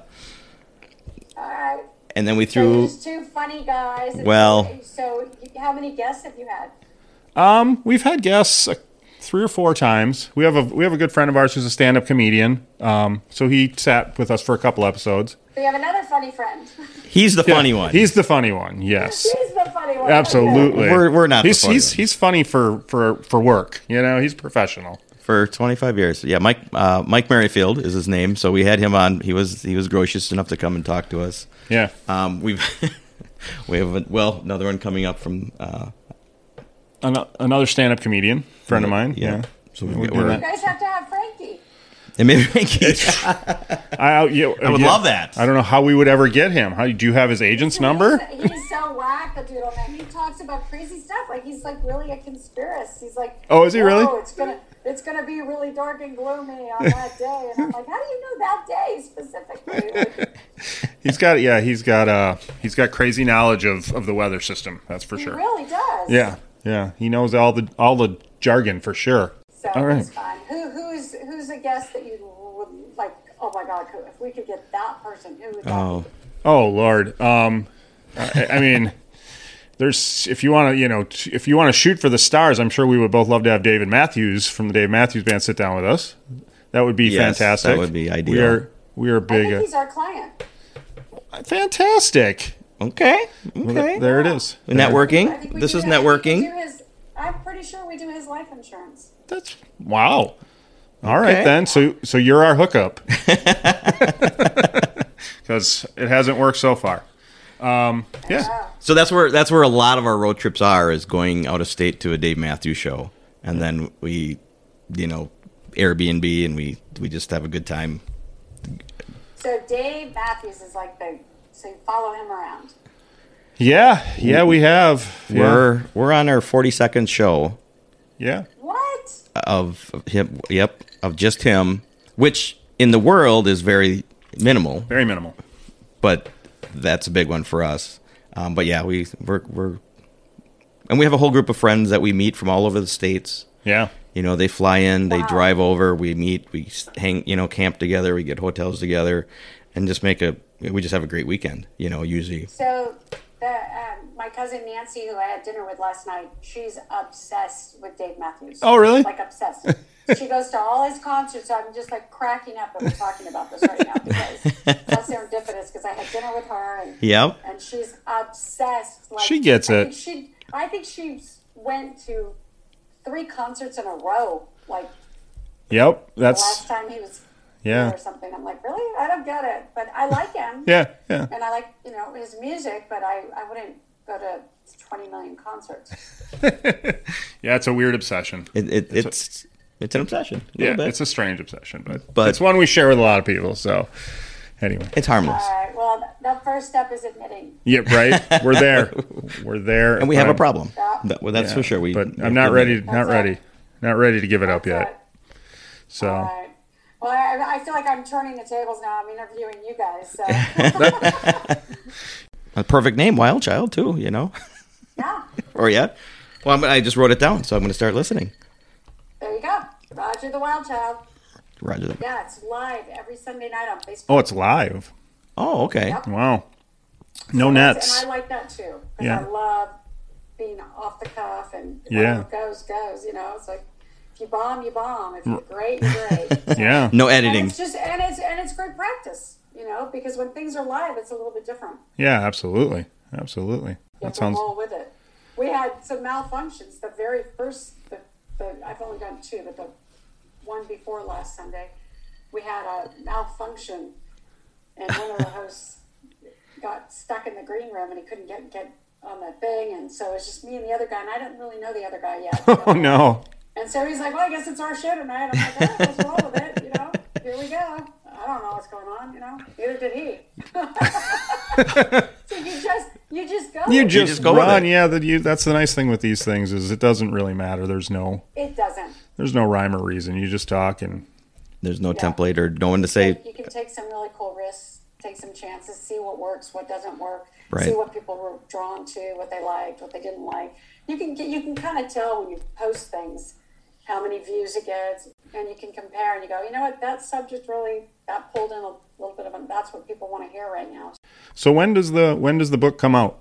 B: All right.
E: and then we
B: So you're
E: threw
B: just two funny guys. and-
E: Well-
B: so how many guests have you had?
D: Um, we've had guests uh, three or four times. We have a we have a good friend of ours who's a stand up comedian. Um, so he sat with us for a couple episodes.
B: We have another funny friend. *laughs*
E: he's the funny one.
D: He's the funny one. Yes.
B: He's the funny one.
D: Absolutely,
E: We're- we're not the
D: He's
E: funny
D: he's,
E: ones.
D: he's funny for for for work. You know, he's professional.
E: for 25 years. Yeah, Mike uh, Mike Merrifield is his name. So we had him on. He was he was gracious enough to come and talk to us.
D: Yeah,
E: Um, we've *laughs* we have a, well another one coming up from uh,
D: An- another stand up comedian friend of mine.
E: yeah.
D: Yeah,
E: So we've
D: We're
E: got-
D: doing
E: we're-
B: You guys have to have Frankie.
E: and *laughs* maybe
D: *laughs*
E: Mickey-
D: I, yeah,
E: I would
D: yeah.
E: love that.
D: I don't know how we would ever get him. How do you have his agent's number?
B: He's, he's so wackadoodle, man. He talks about crazy stuff. Like he's like really a conspiracist. He's like,
D: Oh, is he really?
B: It's gonna, it's gonna be really dark and gloomy on
D: *laughs*
B: that day. And I'm like, how do you know that day specifically? Like,
D: He's got yeah, he's got uh he's got crazy knowledge of of the weather system. That's for
B: he
D: sure.
B: really does.
D: Yeah, yeah, he knows all the all the jargon for sure.
B: So
D: All right.
B: it's fun. Who, who's, who's a guest that you would like? Oh my God, who- if we could get that person, who would that
E: Oh,
D: Oh Lord. Um, I, I mean, there's if you want to, you know, t- if you want to shoot for the stars, I'm sure we would both love to have David Matthews from the Dave Matthews Band sit down with us. That would be
E: Yes,
D: fantastic.
E: that would be
D: We
E: ideal.
D: are we are
B: be? I
D: big.
B: think he's our client.
D: uh, fantastic.
E: okay,
D: Well, th-
E: okay.
D: there it is.
B: I think
E: networking.
B: we
E: This
B: do
E: is
B: that. I think we
E: networking.
B: do his- I'm pretty sure we do his life insurance.
D: That's wow. All right
E: Okay.
D: then. So so you're our
E: *laughs*
D: hookup *laughs* because it hasn't worked so far. Um, yeah.
E: So that's where that's where a lot of our road trips are is going out of state to a Dave Matthews show and then we, you know, Airbnb, and we we just have a good time.
B: So Dave Matthews is like the so you follow him around.
D: Yeah, yeah, we have. Yeah.
E: We're we're on our forty second show
D: yeah.
B: What?
D: Uh,
E: of him. Yep, of just him, which in the world is very minimal,
D: very minimal.
E: but that's a big one for us. Um, but yeah, we we're, we're and we have a whole group of friends that we meet from all over the states.
D: Yeah,
E: You know, they fly in, they drive over, we meet, we s- hang, you know, camp together, we get hotels together, and just make a. We just have a great weekend. You know, usually.
B: So the um, my cousin Nancy, who I had dinner with last night, she's obsessed with Dave Matthews.
D: Oh, really?
B: Like obsessed.
D: *laughs*
B: she goes to all his concerts. I'm just like cracking up that we're talking about this right now because it's all serendipitous because I had dinner with her and
E: Yep.
B: and she's obsessed. Like,
D: She gets
B: I
D: it.
B: Think she, I think she went to three concerts in a row. Like
D: yep.
B: the last
D: That's
B: time he was
D: yeah,
B: there or something. I'm like, really? I don't get it. But I like him.
D: yeah, yeah.
B: And I like, you know, his music, but I, I wouldn't go to 20 million
D: *laughs*
B: concerts.
D: Yeah, it's a weird obsession.
E: It, it, it's it's an obsession. a
D: Yeah,
E: little bit.
D: it's a strange obsession, but,
E: But-
D: it's one we share with a lot of people. So anyway,
E: it's harmless.
B: All right. Uh, Well, th- the first step is admitting.
D: yep,
E: *laughs*
D: right. We're there. We're there,
E: and we have a
D: I'm-
E: problem.
B: Yeah.
E: That- well, that's
D: yeah,
E: for sure. We,
D: but
E: we
D: I'm not
E: feel
D: ready.
E: that.
D: Not ready. Not ready to give it up
B: That's
D: yet. So.
B: it. All right. Well, I, I feel like I'm turning the tables now. I'm interviewing you guys.
D: *laughs*
B: So,
E: A perfect name, Wild Child, too. You know, *laughs*
B: yeah,
E: or yeah. Well, I'm, I just wrote it down, so I'm going to start listening.
B: there you go. Roger the Wild Child.
E: Roger that.
B: Yeah, it's live every Sunday night on Facebook.
D: Oh, it's live.
E: Oh, okay.
B: Yep.
D: Wow. No nets.
B: And I like that too. 'cause
D: Yeah.
B: I love being off the cuff and
D: Yeah.
B: whatever goes, goes. You know, it's like if you bomb, you bomb. If you're great, you're great.
D: *laughs* Yeah.
E: No
B: And
E: editing.
B: it's just and it's and it's great practice, you know, because when things are live, it's a little bit different.
D: Yeah, absolutely. Absolutely.
B: You have
D: That sounds *laughs*
B: to roll with it. We had some malfunctions. The very first, the, the I've only done two, but the one before last Sunday, we had a malfunction, and one of
D: *laughs*
B: the hosts got stuck in the green room, and he couldn't get get on the thing, and so it's just me and the other guy, and I didn't really know the other guy yet.
D: *laughs* Oh no.
B: And so he's like, "Well, I guess it's our show tonight." I'm like, "All right, "Let's roll with it," you know. Here we go. I don't know what's going on, you know. Neither did he. *laughs* so you just you just go.
D: You
E: just
D: just,
E: go with
D: run.
E: it.
D: Yeah, that you that's the nice thing with these things is it doesn't really matter. There's no
B: it doesn't.
D: there's no rhyme or reason. You just talk and
E: There's no template or no one to say.
B: You can take some really cool risks, take some chances, see what works, what doesn't work, see
E: Right.
B: what people were drawn to, what they liked, what they didn't like. You can get you can kind of tell when you post things how many views it gets, and you can compare and you go, you know what, that subject really that pulled in a little bit of a, that's what people want to hear right now.
D: So when does the when does the book come out?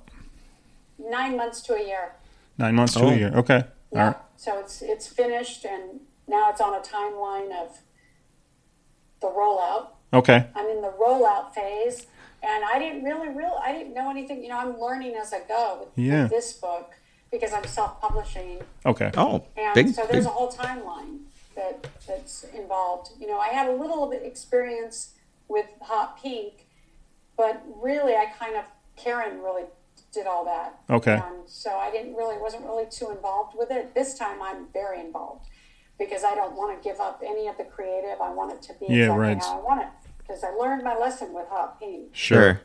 B: nine months to a year.
D: 9 months to
E: Oh.
D: a year. Okay. All right.
B: So it's it's finished, and now it's on a timeline of the rollout.
D: Okay.
B: I'm in the rollout phase, and I didn't really real I didn't know anything. You know, I'm learning as I go with, with
D: Yeah.
B: this book because I'm self publishing,
D: Okay.
E: Oh,
B: and
E: big,
B: so
E: big.
B: there's a whole timeline that that's involved. You know, I had a little bit experience with Hot Pink, but really, I kind of Karen really did all that.
D: Okay.
B: And so I didn't really wasn't really too involved with it. This time I'm very involved because I don't want to give up any of the creative. I want it to be
D: Yeah,
B: exactly
D: right.
B: how I want it because I learned my lesson with hot pink.
E: sure.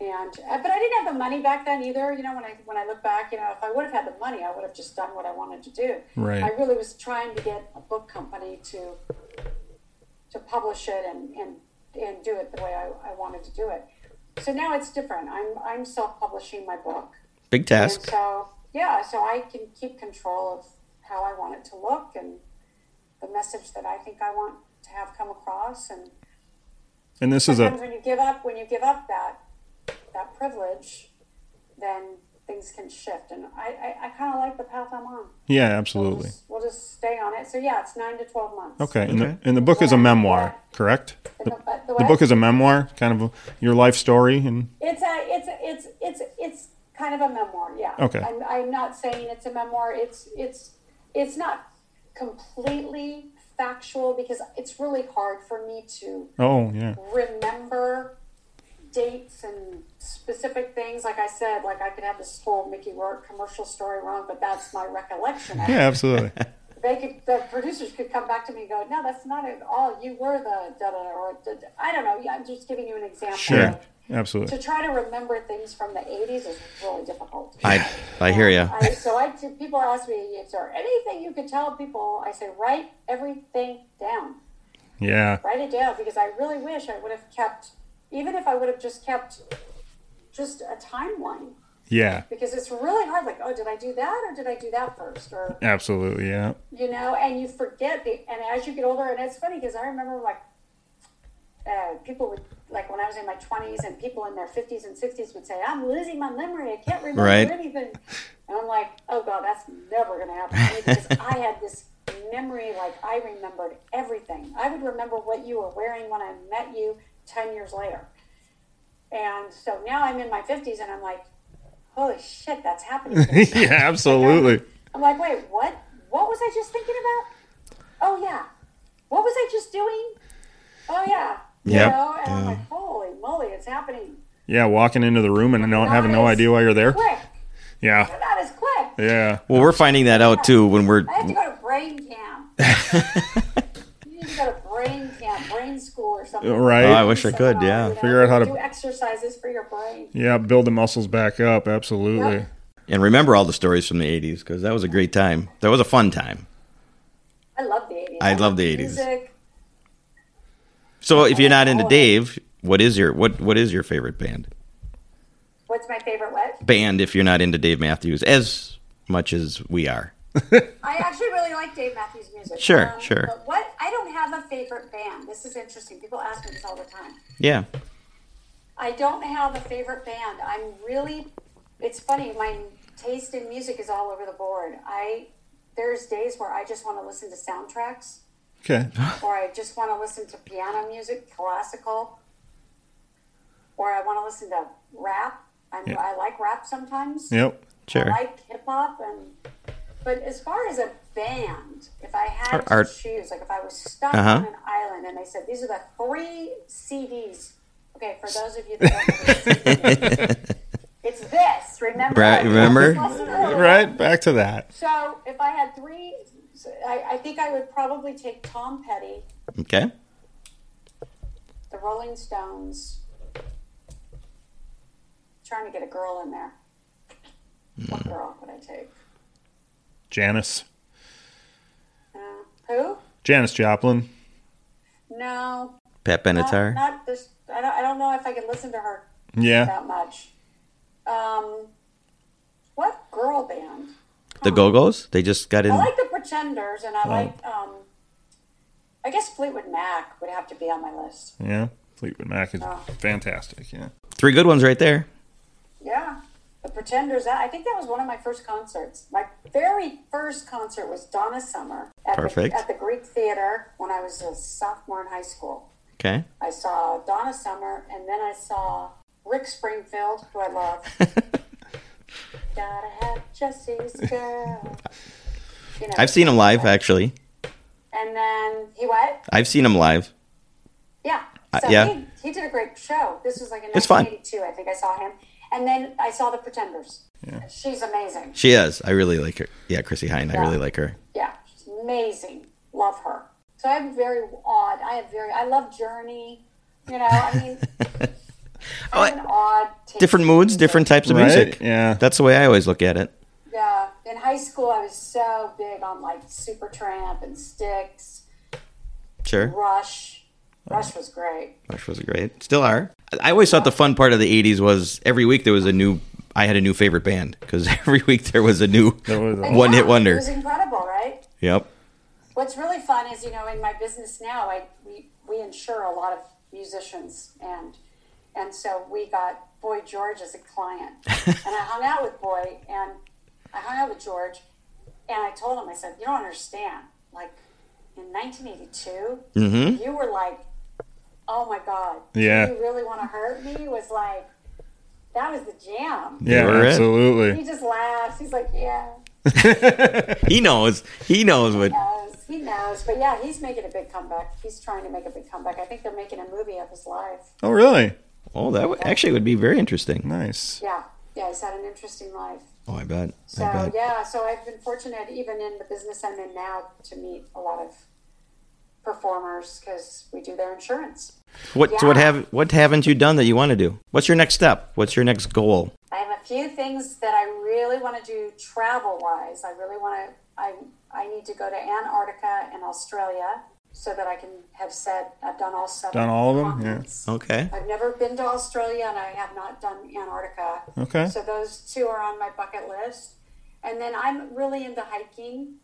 B: And uh, but I didn't have the money back then either. You know, when I when I look back, you know, if I would have had the money, I would have just done what I wanted to do.
D: Right.
B: I really was trying to get a book company to to publish it and and and do it the way I, I wanted to do it. So now it's different. I'm I'm self publishing my book.
E: Big
B: And
E: task.
B: so, yeah, so I can keep control of how I want it to look and the message that I think I want to have come across. And
D: And this is
B: sometimes
D: a
B: when you give up, when you give up that that privilege, then things can shift. And I, I, I kind of like the path I'm on.
D: Yeah,
B: We'll
D: absolutely.
B: just, we'll just stay on it. So yeah, it's nine to twelve months.
D: Okay. And the and the book is a memoir, correct?
B: And the, but the,
D: The
B: way-
D: book is a memoir, kind of a, your life story and
B: It's a, it's a, it's it's it's kind of a memoir, yeah.
D: Okay.
B: I'm, I'm not saying it's a memoir. It's it's it's not completely factual because it's really hard for me to
D: Oh, yeah.
B: remember dates and specific things. Like I said, like I could have this whole Mickey Rourke commercial story wrong, but that's my recollection. of it.
E: *laughs*
D: Yeah, absolutely.
B: they could the producers could come back to me and go, no, that's not at all. You were the da da or da, da. I don't know. I'm just giving you an example.
D: Sure.
B: To
D: Absolutely.
B: try to remember things from the 80s is really difficult.
E: I I hear you.
B: I, so I t- people ask me, is there anything you could tell people? I say, write everything down.
D: Yeah.
B: Write it down because I really wish I would have kept, even if I would have just kept just a timeline
D: Yeah.
B: because it's really hard. Like, oh, did I do that or did I do that first? Or
D: Absolutely. Yeah. *laughs*
B: you know, and you forget the. And as you get older, and it's funny because I remember like uh, people would like when I was in my twenties, and people in their fifties and sixties would say, "I'm losing my memory. I can't remember
E: Right.
B: anything." And I'm like, "Oh God, that's never going to happen to me because I had this." memory like i remembered everything i would remember what you were wearing when i met you 10 years later and so now i'm in my 50s and i'm like holy shit that's happening to me.
D: *laughs* Yeah. Absolutely.
B: I'm like, wait, what? What was I just thinking about? Oh yeah. What was I just doing? Oh yeah.
D: Yep.
B: You know? And I'm like, holy moly, it's happening.
D: Yeah. Walking into the room and not having no
B: Nice.
D: idea why you're there.
B: Quick.
D: Yeah.
B: Not as quick.
D: Yeah.
E: Well, we're finding that out too when we're
B: I have to go to brain camp.
D: *laughs*
B: you need to go to brain camp, brain school or something.
D: Right.
E: Oh, I wish I could, yeah.
D: Figure out how to-
B: do exercises for your brain.
D: Yeah. Build the muscles back up. Absolutely.
E: and remember all the stories from the 80s because that was a great time. That was a fun time.
B: I love the 80s.
E: I love the 80s.
B: Music.
E: So if you're not into Dave, what is your what what is your favorite band?
B: What's my favorite what?
E: Band if you're not into Dave Matthews as much as we are.
B: I actually really like Dave Matthews' music. Um,
E: Sure, sure.
B: But what I don't have a favorite band. This is interesting. People ask me this all the time.
E: Yeah.
B: I don't have a favorite band. I'm really. It's funny. My taste in music is all over the board. I there's days where I just want to listen to soundtracks,
D: Okay.
B: or I just want to listen to piano music, classical, or I want to listen to rap. I'm,
D: Yeah.
B: I like rap sometimes.
D: Yep. *laughs*
E: Sure.
B: I like hip hop and but as far as a band, if I had
E: Or art.
B: to choose, like if I was stuck
E: Uh-huh.
B: on an island and they said these are the three CDs. Okay, for those of you that don't know, what a CD is, it's *laughs* this. Remember?
E: Right, remember?
B: Plus another.
D: Right. Back to that.
B: So if I had three, so I, I think I would probably take Tom Petty,
E: Okay.
B: the Rolling Stones. Trying to get a girl in there. What
E: Hmm.
B: girl would I take?
D: Janice.
B: Uh, who?
D: Janice Joplin.
B: No,
E: Pat
B: not,
E: Benatar.
B: not this. I don't, I don't know if I can listen to her
D: Yeah.
B: that much. Um, what girl band?
E: the Go-Go's? They just got in
B: I like the Pretenders, and I like. Um, I guess Fleetwood Mac would have to be on my list.
D: Yeah. Fleetwood Mac is fantastic. Yeah.
E: three good ones right there.
B: Yeah, the Pretenders. that- I think that was one of my first concerts. My very first concert was Donna Summer at,
E: Perfect.
B: The, at the Greek Theater when I was a sophomore in high school.
E: Okay.
B: I saw Donna Summer, and then I saw Rick Springfield, who I
E: *laughs*
B: love. Gotta have Jesse's girl. *laughs* You know,
E: I've seen him live actually.
B: And then he what?
E: I've seen him live.
B: Yeah.
E: Uh,
B: So
E: yeah.
B: He, he did a great show. This was like in
E: It's fun.
B: 1982, I think I saw him. And then I saw The Pretenders. Yeah. She's amazing.
E: She is. I really like her. Yeah, Chrissy Hine. I really like her.
B: Yeah, she's amazing. Love her. So I'm very odd. I have very. I love Journey. You know, I
E: *laughs*
B: mean, I have an odd. taste
E: Oh, Different
B: in
E: moods,
B: music.
E: different types of
D: Right?
E: music.
D: Yeah.
E: That's the way I always look at it.
B: Yeah, in high school, I was so big on like Supertramp and Styx,
E: Sure.
B: Rush. Rush was great.
E: Which was great. Still are. I always thought the fun part of the 80s was every week there was a new, I had a new favorite band because *laughs* every week there was a new
D: That was a-
E: one
B: Yeah,
E: hit
B: It
E: wonder.
B: was incredible, right?
E: Yep.
B: What's really fun is, you know, in my business now, I we, we insure a lot of musicians, and and so we got Boy George as a
D: *laughs*
B: client, and I hung out with Boy, and I hung out with George, and I told him, I said, you don't understand, like in 1982, you were like, oh my god, Do
D: Mm-hmm. Yeah.
B: you really want to hurt me? Was like, that was the jam.
D: Yeah.
E: were it.
D: Absolutely.
B: He just laughs. He's like, yeah.
E: *laughs* He knows. He knows what.
B: knows. He knows. But yeah, he's making a big comeback. He's trying to make a big comeback. I think they're making a movie of his life.
D: *laughs* Oh, really?
E: Oh, that would, actually would be very interesting.
D: Nice.
B: Yeah. Yeah, he's had an interesting life.
E: Oh, I bet.
B: So
E: I bet.
B: yeah, so I've been fortunate even in the business I'm in now to meet a lot of performers because we do their insurance.
E: What so what
B: Yeah.
E: have what haven't you done that you want to do? What's your next step? What's your next goal?
B: I have a few things that I really want to do travel wise. I really want to. I I need to go to Antarctica and Australia so that I can have said I've done all seven.
D: Done all of them? Yeah. Oh,
B: continents.
E: Okay.
B: I've never been to Australia and I have not done Antarctica.
D: Okay.
B: So those two are on my bucket list. And then I'm really into hiking.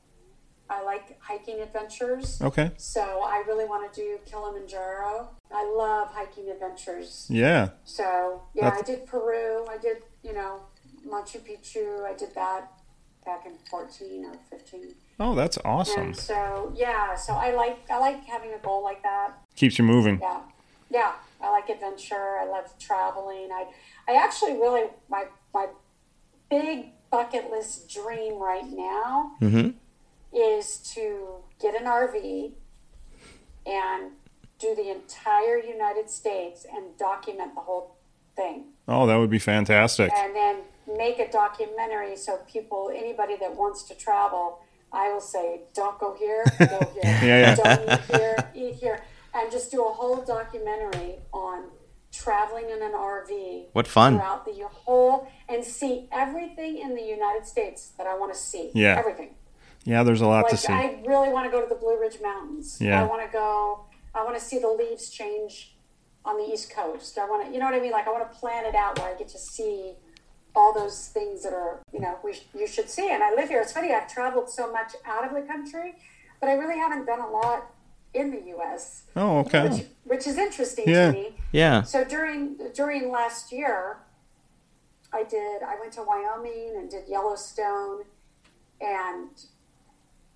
B: I like hiking adventures.
D: Okay.
B: So I really want to do Kilimanjaro. I love hiking adventures.
D: Yeah.
B: So yeah,
D: That's-
B: I did Peru. I did you know Machu Picchu. I did that back in fourteen or fifteen.
D: Oh, that's awesome.
B: And so yeah, so I like I like having a goal like that.
D: Keeps you moving.
B: Yeah, yeah. I like adventure. I love traveling. I I actually really my my big bucket list dream right now
E: Mhm.
B: is to get an RV and do the entire United States and document the whole thing
D: Oh, that would be fantastic.
B: and then make a documentary so people, anybody that wants to travel, I will say, don't go here,
D: *laughs*
B: go here,
D: Yeah, yeah.
B: don't eat here, eat here, and just do a whole documentary on traveling in an RV.
E: What fun.
B: Throughout the whole, and see everything in the United States that I want to see.
D: Yeah.
B: everything.
D: Yeah, there's a lot to
B: Like
D: see.
B: I really want to go to the Blue Ridge Mountains.
D: Yeah.
B: I want to go. I want to see the leaves change on the East Coast. I want to, you know what I mean? Like I want to plan it out where I get to see all those things that are, you know, we sh- you should see. And I live here. It's funny. I've traveled so much out of the country, but I really haven't done a lot in the U.S.
D: Oh, okay.
B: Which, which is interesting
D: Yeah.
B: to me.
E: Yeah.
B: So during during last year, I did. I went to Wyoming and did Yellowstone, and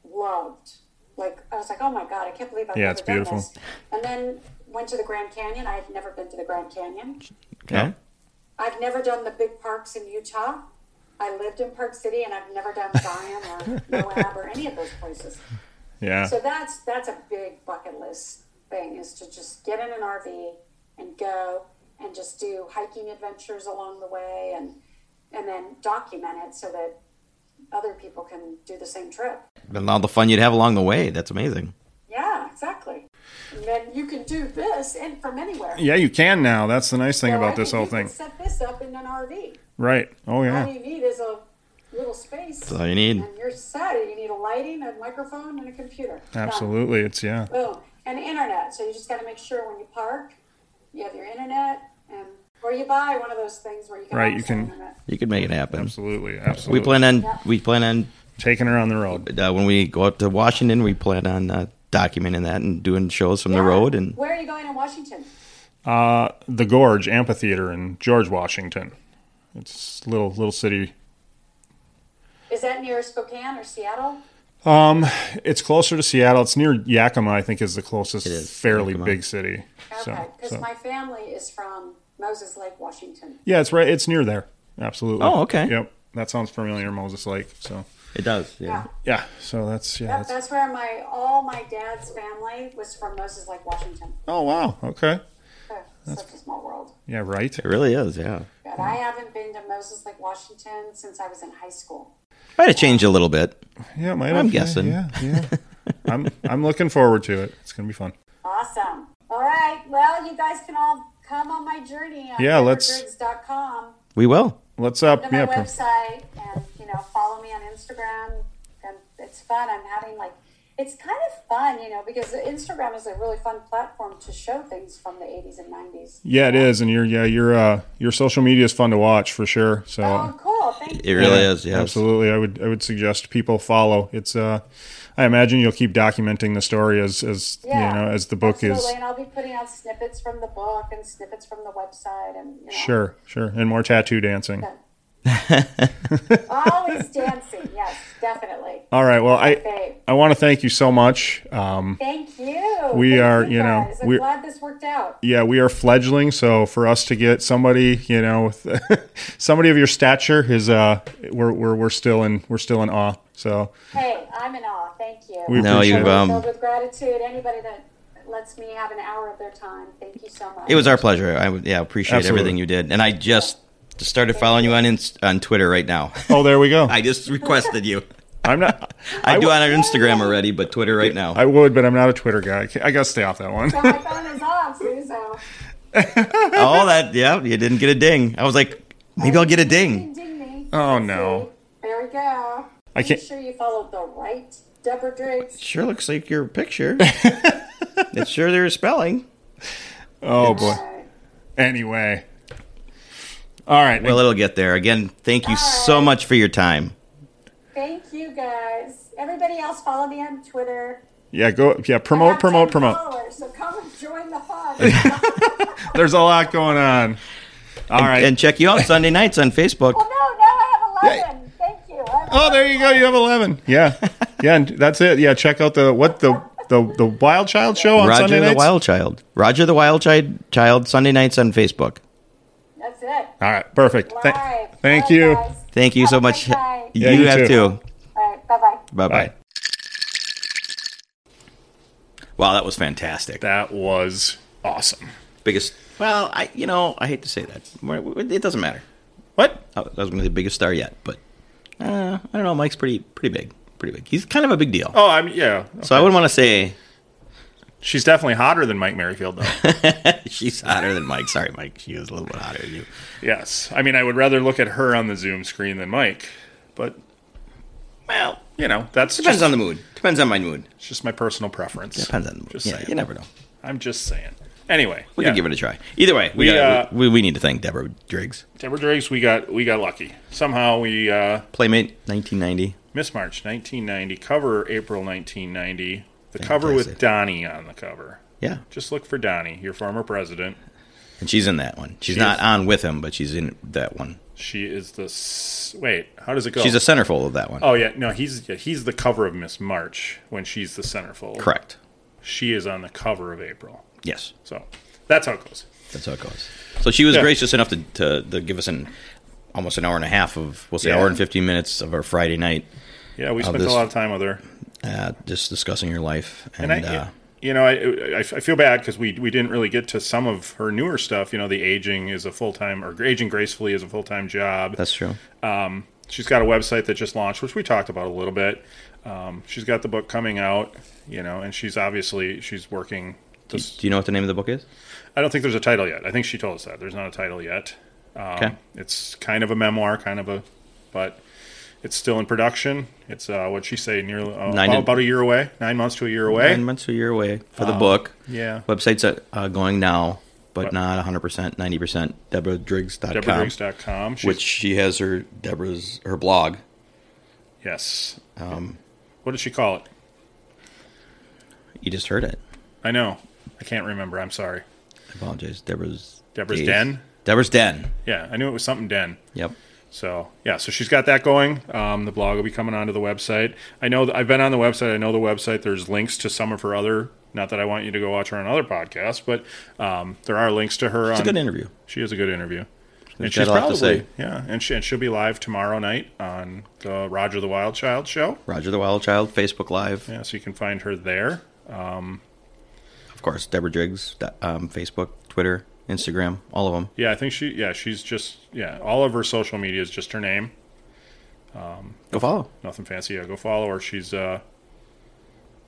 B: loved. Like I was like, oh my god, I can't believe I've
D: Yeah,
B: never
D: it's
B: done
D: beautiful.
B: this. And then went to the Grand Canyon. I had never been to the Grand Canyon.
E: Okay.
B: I've never done the big parks in Utah. I lived in Park City, and I've never done Zion or Moab or any of those places.
D: Yeah.
B: So that's that's a big bucket list thing is to just get in an RV and go and just do hiking adventures along the way and and then document it so that other people can do the same trip.
E: And all the fun you'd have along the way. That's amazing.
B: Yeah, exactly. And then you can do this and from anywhere.
D: Yeah, you can now. That's the nice thing
B: So I
D: about this
B: think
D: whole
B: you can
D: thing.
B: Set this up in an RV.
D: Right. Oh,
B: All
D: yeah.
B: you need is a little space.
E: That's all you need.
B: And you're set. You need a lighting, a microphone, and a computer. Done.
D: Absolutely. It's, yeah.
B: Boom. And internet. So you just got to make sure when you park, you have your internet, and or you buy one of those things where you can
D: Right, you
B: access
D: can-
B: internet.
E: You could make it happen.
D: Absolutely. Absolutely.
E: We plan on we plan on
D: taking her on the road.
E: uh, when we go out to Washington, we plan on uh, documenting that and doing shows from the
B: Yeah.
E: road and
B: where are you going in Washington?
D: Uh, the Gorge Amphitheater in George, Washington. It's a little little city.
B: Is that near Spokane or Seattle?
D: Um, It's closer to Seattle. It's near Yakima, I think, is the closest
E: is,
D: fairly
E: Yakima.
D: big city.
B: Okay,
D: So,
B: because
D: so-
B: my family is from Moses Lake, Washington.
D: yeah, it's right. It's near there. Absolutely.
E: Oh, okay.
D: Yep. That sounds familiar, Moses Lake. So
E: it does. Yeah.
D: yeah. So that's yeah.
B: That,
D: That's,
B: that's where my all my dad's family was from Moses Lake, Washington.
D: oh wow. Okay.
B: Oh, Such a small world.
D: Yeah. Right.
E: It really is. Yeah.
B: But I haven't been to Moses Lake, Washington since I was in high school.
E: Might have changed a little bit. *laughs*
D: Yeah. It might have-
E: I'm
D: yeah,
E: guessing.
D: Yeah.
E: *laughs*
D: Yeah. I'm I'm looking forward to it. It's gonna be fun.
B: Awesome. All right. Well, you guys can all come on my journey on
D: Yeah, let's-
B: com
E: We will.
D: Let's up.
B: to my
D: Yeah. per-
B: website and you know follow me on Instagram. And it's fun. I'm having like it's kind of fun, you know, because Instagram is a really fun platform to show things from the 80s and 90s.
D: Yeah, it is, and your yeah your uh, your social media is fun to watch for sure. So
B: Oh, cool. Thank
E: It
B: you.
E: really is. Yes.
D: absolutely, I would I would suggest people follow. It's uh, I imagine you'll keep documenting the story as as
B: Yeah,
D: you know as the book
B: absolutely.
D: is
B: and I'll be putting out snippets from the book and snippets from the website, and you know,
D: sure sure and more tattoo dancing.
B: always dancing. Yes, definitely.
D: All right, well I
B: Okay.
D: I want to thank you so much. Um,
B: Thank you.
D: We
B: Thank
D: are,
B: you,
D: you know,
B: guys. I'm
D: we're-
B: glad this worked out.
D: yeah, we are fledgling, so for us to get somebody you know *laughs* with somebody of your stature is uh we're we're we're still in we're still in awe. So
B: Hey, I'm in awe. Thank you.
D: We
E: No,
D: appreciate
E: you've
D: it.
B: I'm
E: um.
B: filled with gratitude. Anybody that lets me have an hour of their time, thank you so much.
E: It was our pleasure. I would yeah appreciate
D: Absolutely.
E: everything you did, and I just Just started following you on Inst- on Twitter right now. *laughs*
D: Oh, there we go.
E: I just requested you.
D: I'm not.
E: I, do
D: would-
E: on our Instagram already, but Twitter right now.
D: I would, but I'm not a Twitter guy. I ca- I gotta stay off that one.
B: So *laughs* my phone is off too, so
E: All that, yeah, you didn't get a ding. I was like, maybe I'll get a ding.
B: ding ding ding.
D: Oh no,
B: There we go.
D: I
B: Make
D: can't.
B: sure you followed the right Deborah Driggs.
E: Sure looks like your *laughs* picture. it's sure there's spelling.
D: Oh boy. *laughs* Anyway. All right.
E: Well, it'll get there. Again, thank you so much for your time.
B: Thank you guys. Everybody else, follow me on Twitter.
D: yeah. Go. Yeah.
B: I
D: Promote.
B: have
D: Oh,
B: 10
D: Promote. Promote.
B: followers, So come and join the
D: *laughs*
B: fun.
D: There's a lot going on. All right.
E: And check you out Sunday nights on Facebook.
B: well, no, now I have 11. Thank you. I have
D: oh, there you go. You have eleven. Yeah. Yeah. And that's it. Yeah. Check out the what the the the Wild Child show on
E: Roger
D: Sunday
E: the
D: nights.
E: Wild Child. Roger the Wild Child, Child Sunday nights on Facebook.
B: That's it.
D: All right. Perfect. Tha-
B: Live.
D: thank
B: Bye,
D: you.
B: guys.
E: Thank you so
B: Have a
E: much.
B: great
E: *laughs*
B: night.
D: Yeah,
E: you,
D: you
E: have
D: too.
E: too.
B: All right. Bye bye.
E: Bye
D: Bye.
E: bye. Wow, that was fantastic.
D: That was awesome.
E: biggest. Well, I you know I hate to say that. It doesn't matter.
D: What?
E: I was going to say biggest star yet, but uh, I don't know. Mike's pretty pretty big, pretty big. He's kind of a big deal.
D: Oh, I'm yeah.
E: So I wouldn't want to say
D: She's definitely hotter than Mike Merrifield,
E: *laughs*
D: though.
E: she's hotter than Mike. Sorry, Mike. She was a little bit hotter than you.
D: yes. I mean, I would rather look at her on the Zoom screen than Mike, but
E: Well,
D: you know, that's
E: depends
D: just,
E: on the mood. Depends on my mood.
D: it's just my personal preference.
E: Depends on the mood.
D: Just
E: yeah,
D: saying.
E: you never know.
D: I'm just saying. Anyway,
E: We
D: yeah.
E: could give it a try. Either way, we
D: We,
E: gotta-
D: uh,
E: we, we need to thank Deborah Driggs,
D: Deborah Driggs. We got we got lucky. Somehow we uh,
E: Playmate 1990.
D: Miss March 1990 cover April 1990. The cover with
E: Fantastic.
D: Donnie on the cover.
E: Yeah,
D: Just look for Donnie, your former president.
E: and she's in that one. She's
D: She
E: not
D: is.
E: on with him, but she's in that one.
D: She is the s- wait. How does it go?
E: She's a centerfold of that one.
D: oh yeah, no, he's yeah, he's the cover of Miss March when she's the centerfold.
E: Correct.
D: she is on the cover of April.
E: Yes.
D: So that's how it goes.
E: That's how it goes. So she was
D: Yeah.
E: gracious enough to, to, to give us an almost an hour and a half of we'll say
D: Yeah.
E: hour and fifteen minutes of our Friday night,
D: Yeah, we spent
E: this-
D: a lot of time with her,
E: uh, just discussing her life and,
D: and I,
E: uh,
D: you know, I, I, I feel bad because we we didn't really get to some of her newer stuff. You know, the aging is a full time or aging gracefully is a full time job.
E: that's true.
D: Um, she's got a website that just launched, which we talked about a little bit. Um, she's got the book coming out, you know, and she's obviously she's working. To, s-
E: Do you know what the name of the book is?
D: I don't think there's a title yet. I think she told us that there's not a title yet. Um,
E: Okay,
D: It's kind of a memoir, kind of a, but it's still in production. It's uh, what'd she say? Nearly uh,
E: Nine
D: about,
E: to-
D: about a year away, nine months to a year away.
E: nine months to a year away for the book.
D: Oh, yeah.
E: websites are uh, going now, but not hundred percent, ninety percent. DeborahDriggs.com,
D: DeborahDriggs.com. She's-
E: which she has her Deborah's her blog.
D: yes. Um, what did she call it?
E: You just heard it.
D: I know. I can't remember. I'm sorry.
E: I apologize, Deborah's
D: Deborah's
E: Days.
D: Den?
E: Deborah's Den.
D: Yeah, I knew it was something den.
E: Yep.
D: So yeah, so she's got that going. Um, the blog will be coming onto the website. I know that I've been on the website. I know the website. There's links to some of her other. Not that I want you to go watch her on other podcasts, but um, there are links to her.
E: It's a
D: on,
E: good interview.
D: She is a good interview. And
E: She's
D: she's
E: got a lot to
D: probably
E: say.
D: yeah, and, she, and she'll be live tomorrow night on the Roger the Wild Child show.
E: Roger the Wild Child, Facebook Live.
D: Yeah, so you can find her there.
E: of course, Deborah Driggs, da- um, Facebook, Twitter, Instagram, all of them.
D: Yeah, I think she yeah she's just yeah all of her social media is just her name.
E: Go follow.
D: Nothing fancy. Yeah, go follow her. She's uh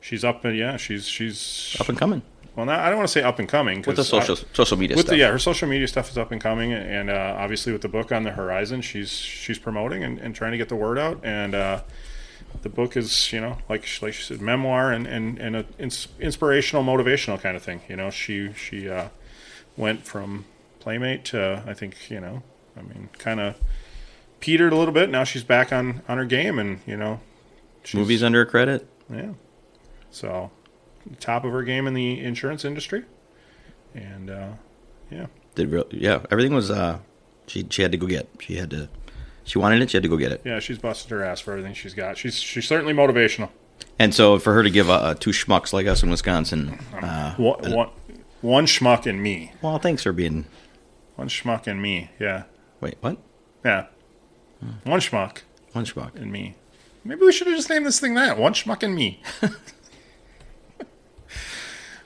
D: she's up and yeah she's she's
E: Up and coming
D: well not, I don't want to say up and coming
E: with the
D: 'cause I-
E: social social media
D: with
E: stuff.
D: the yeah her social media stuff is up and coming and uh, obviously with the book on the horizon she's she's promoting and, and trying to get the word out and uh, the book is you know like she, like she said memoir and and and an ins- inspirational motivational kind of thing you know she she uh, went from playmate to I think you know I mean kind of petered a little bit now she's back on on her game and you know she's,
E: Movies under her credit.
D: yeah. So, top of her game in the insurance industry. And, uh, yeah.
E: Did real, yeah, everything was. Uh, she she had to go get. She had to. She wanted it. She had to go get it.
D: Yeah, she's busted her ass for everything she's got. She's she's certainly motivational.
E: And so for her to give uh, uh, two schmucks like us in Wisconsin. Uh,
D: One, one, one schmuck and me.
E: well, thanks for being.
D: One schmuck and me. Yeah.
E: Wait, what?
D: Yeah. One schmuck
E: One schmuck.
D: and me. Maybe we should have just named this thing that. One schmuck and me. *laughs*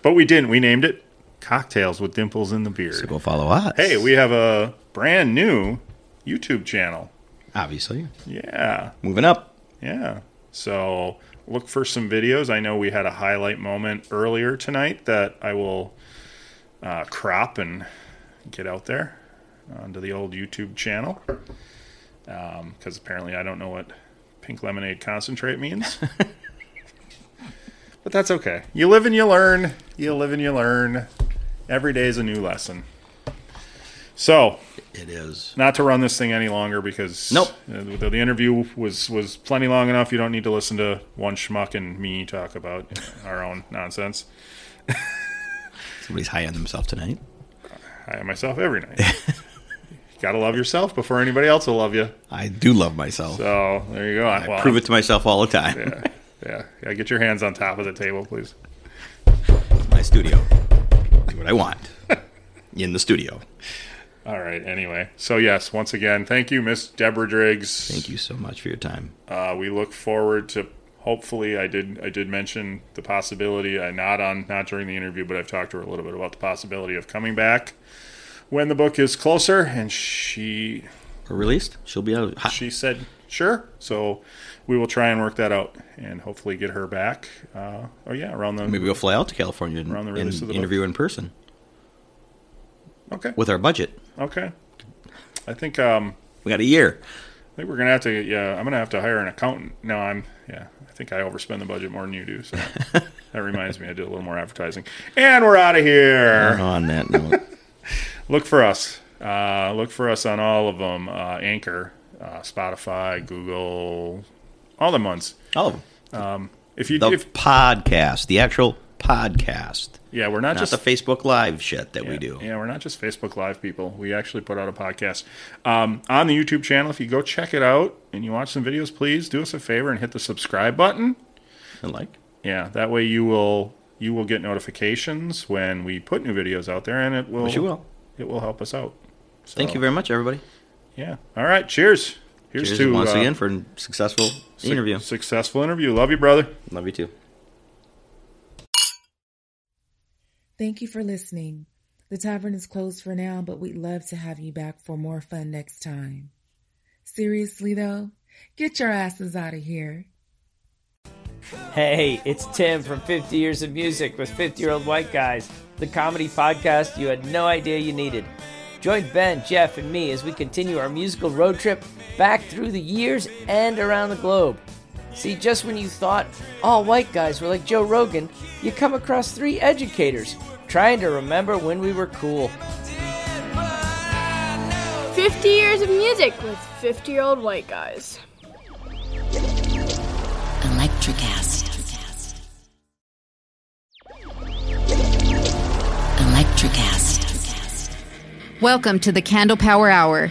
D: but we didn't. We named it Cocktails with Dimples in the Beard.
E: Go follow us.
D: Hey, we have a brand new YouTube channel.
E: Obviously.
D: Yeah.
E: Moving up.
D: Yeah. So look for some videos. I know we had a highlight moment earlier tonight that I will uh, crop and get out there onto the old YouTube channel. Because apparently I don't know what pink lemonade concentrate means. but that's okay. You live and you learn. You live and you learn. Every day is a new lesson. So
E: It is.
D: not to run this thing any longer because
E: Nope.
D: uh, the, the interview was was plenty long enough. You don't need to listen to one schmuck and me talk about
E: *laughs*
D: our own nonsense.
E: Somebody's high on themselves tonight.
D: I am myself every night. *laughs* Gotta love yourself before anybody else will love you.
E: I do love myself.
D: So there you go.
E: I prove it to myself all the time.
D: Yeah, yeah, yeah. Get your hands on top of the table, please.
E: *laughs* My studio. Do what I want. *laughs* In the studio.
D: All right. Anyway, so yes, once again, thank you, Miss Deborah Driggs.
E: Thank you so much for your time.
D: Uh, we look forward to hopefully I did I did mention the possibility uh, not on not during the interview, but I've talked to her a little bit about the possibility of coming back when the book is closer, and she
E: Or released? She'll be out. Hot.
D: she said sure. So we will try and work that out and hopefully get her back. Uh, oh yeah, around the
E: Maybe we'll fly out to California and,
D: Around the
E: and
D: release of the book.
E: interview in person
D: okay
E: with our budget.
D: okay. I think um
E: We got a year.
D: I think we're gonna have to yeah I'm gonna have to hire an accountant. No, I'm yeah I think I overspend the budget more than you
E: *laughs*
D: do. So that reminds me I do a little more advertising. And we're out of here.
E: On that note,
D: *laughs* look for us. Uh, look for us on all of them: uh, Anchor, uh, Spotify, Google, all the ones.
E: oh,
D: If you,
E: the
D: if,
E: podcast, the actual podcast,
D: yeah, we're not,
E: not
D: just
E: the Facebook Live shit that we do.
D: Yeah, we're not just Facebook Live people. We actually put out a podcast um, on the YouTube channel. If you go check it out and you watch some videos, please do us a favor and hit the subscribe button.
E: And like,
D: Yeah, that way you will you will get notifications when we put new videos out there, and it will
E: Yes, you will.
D: it will help us out. So,
E: Thank you very much, everybody.
D: Yeah. All right. Cheers. Here's
E: Cheers
D: to
E: once
D: uh,
E: again for a successful
D: Suc-
E: interview.
D: Successful interview. Love you, brother.
E: Love you too.
C: Thank you for listening. The tavern is closed for now, but we'd love to have you back for more fun next time. Seriously, though, get your asses out of here.
F: Hey, it's Tim from 50 Years of Music with 50 Year Old White Guys, the comedy podcast you had no idea you needed. Join Ben, Jeff, and me as we continue our musical road trip back through the years and around the globe. See, just when you thought all white guys were like Joe Rogan, you come across three educators trying to remember when we were cool.
G: 50 years of music with 50 year old white guys.
H: Electric acid. Electric acid. Welcome to the Candle Power Hour.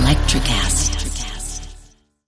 H: Electric acid.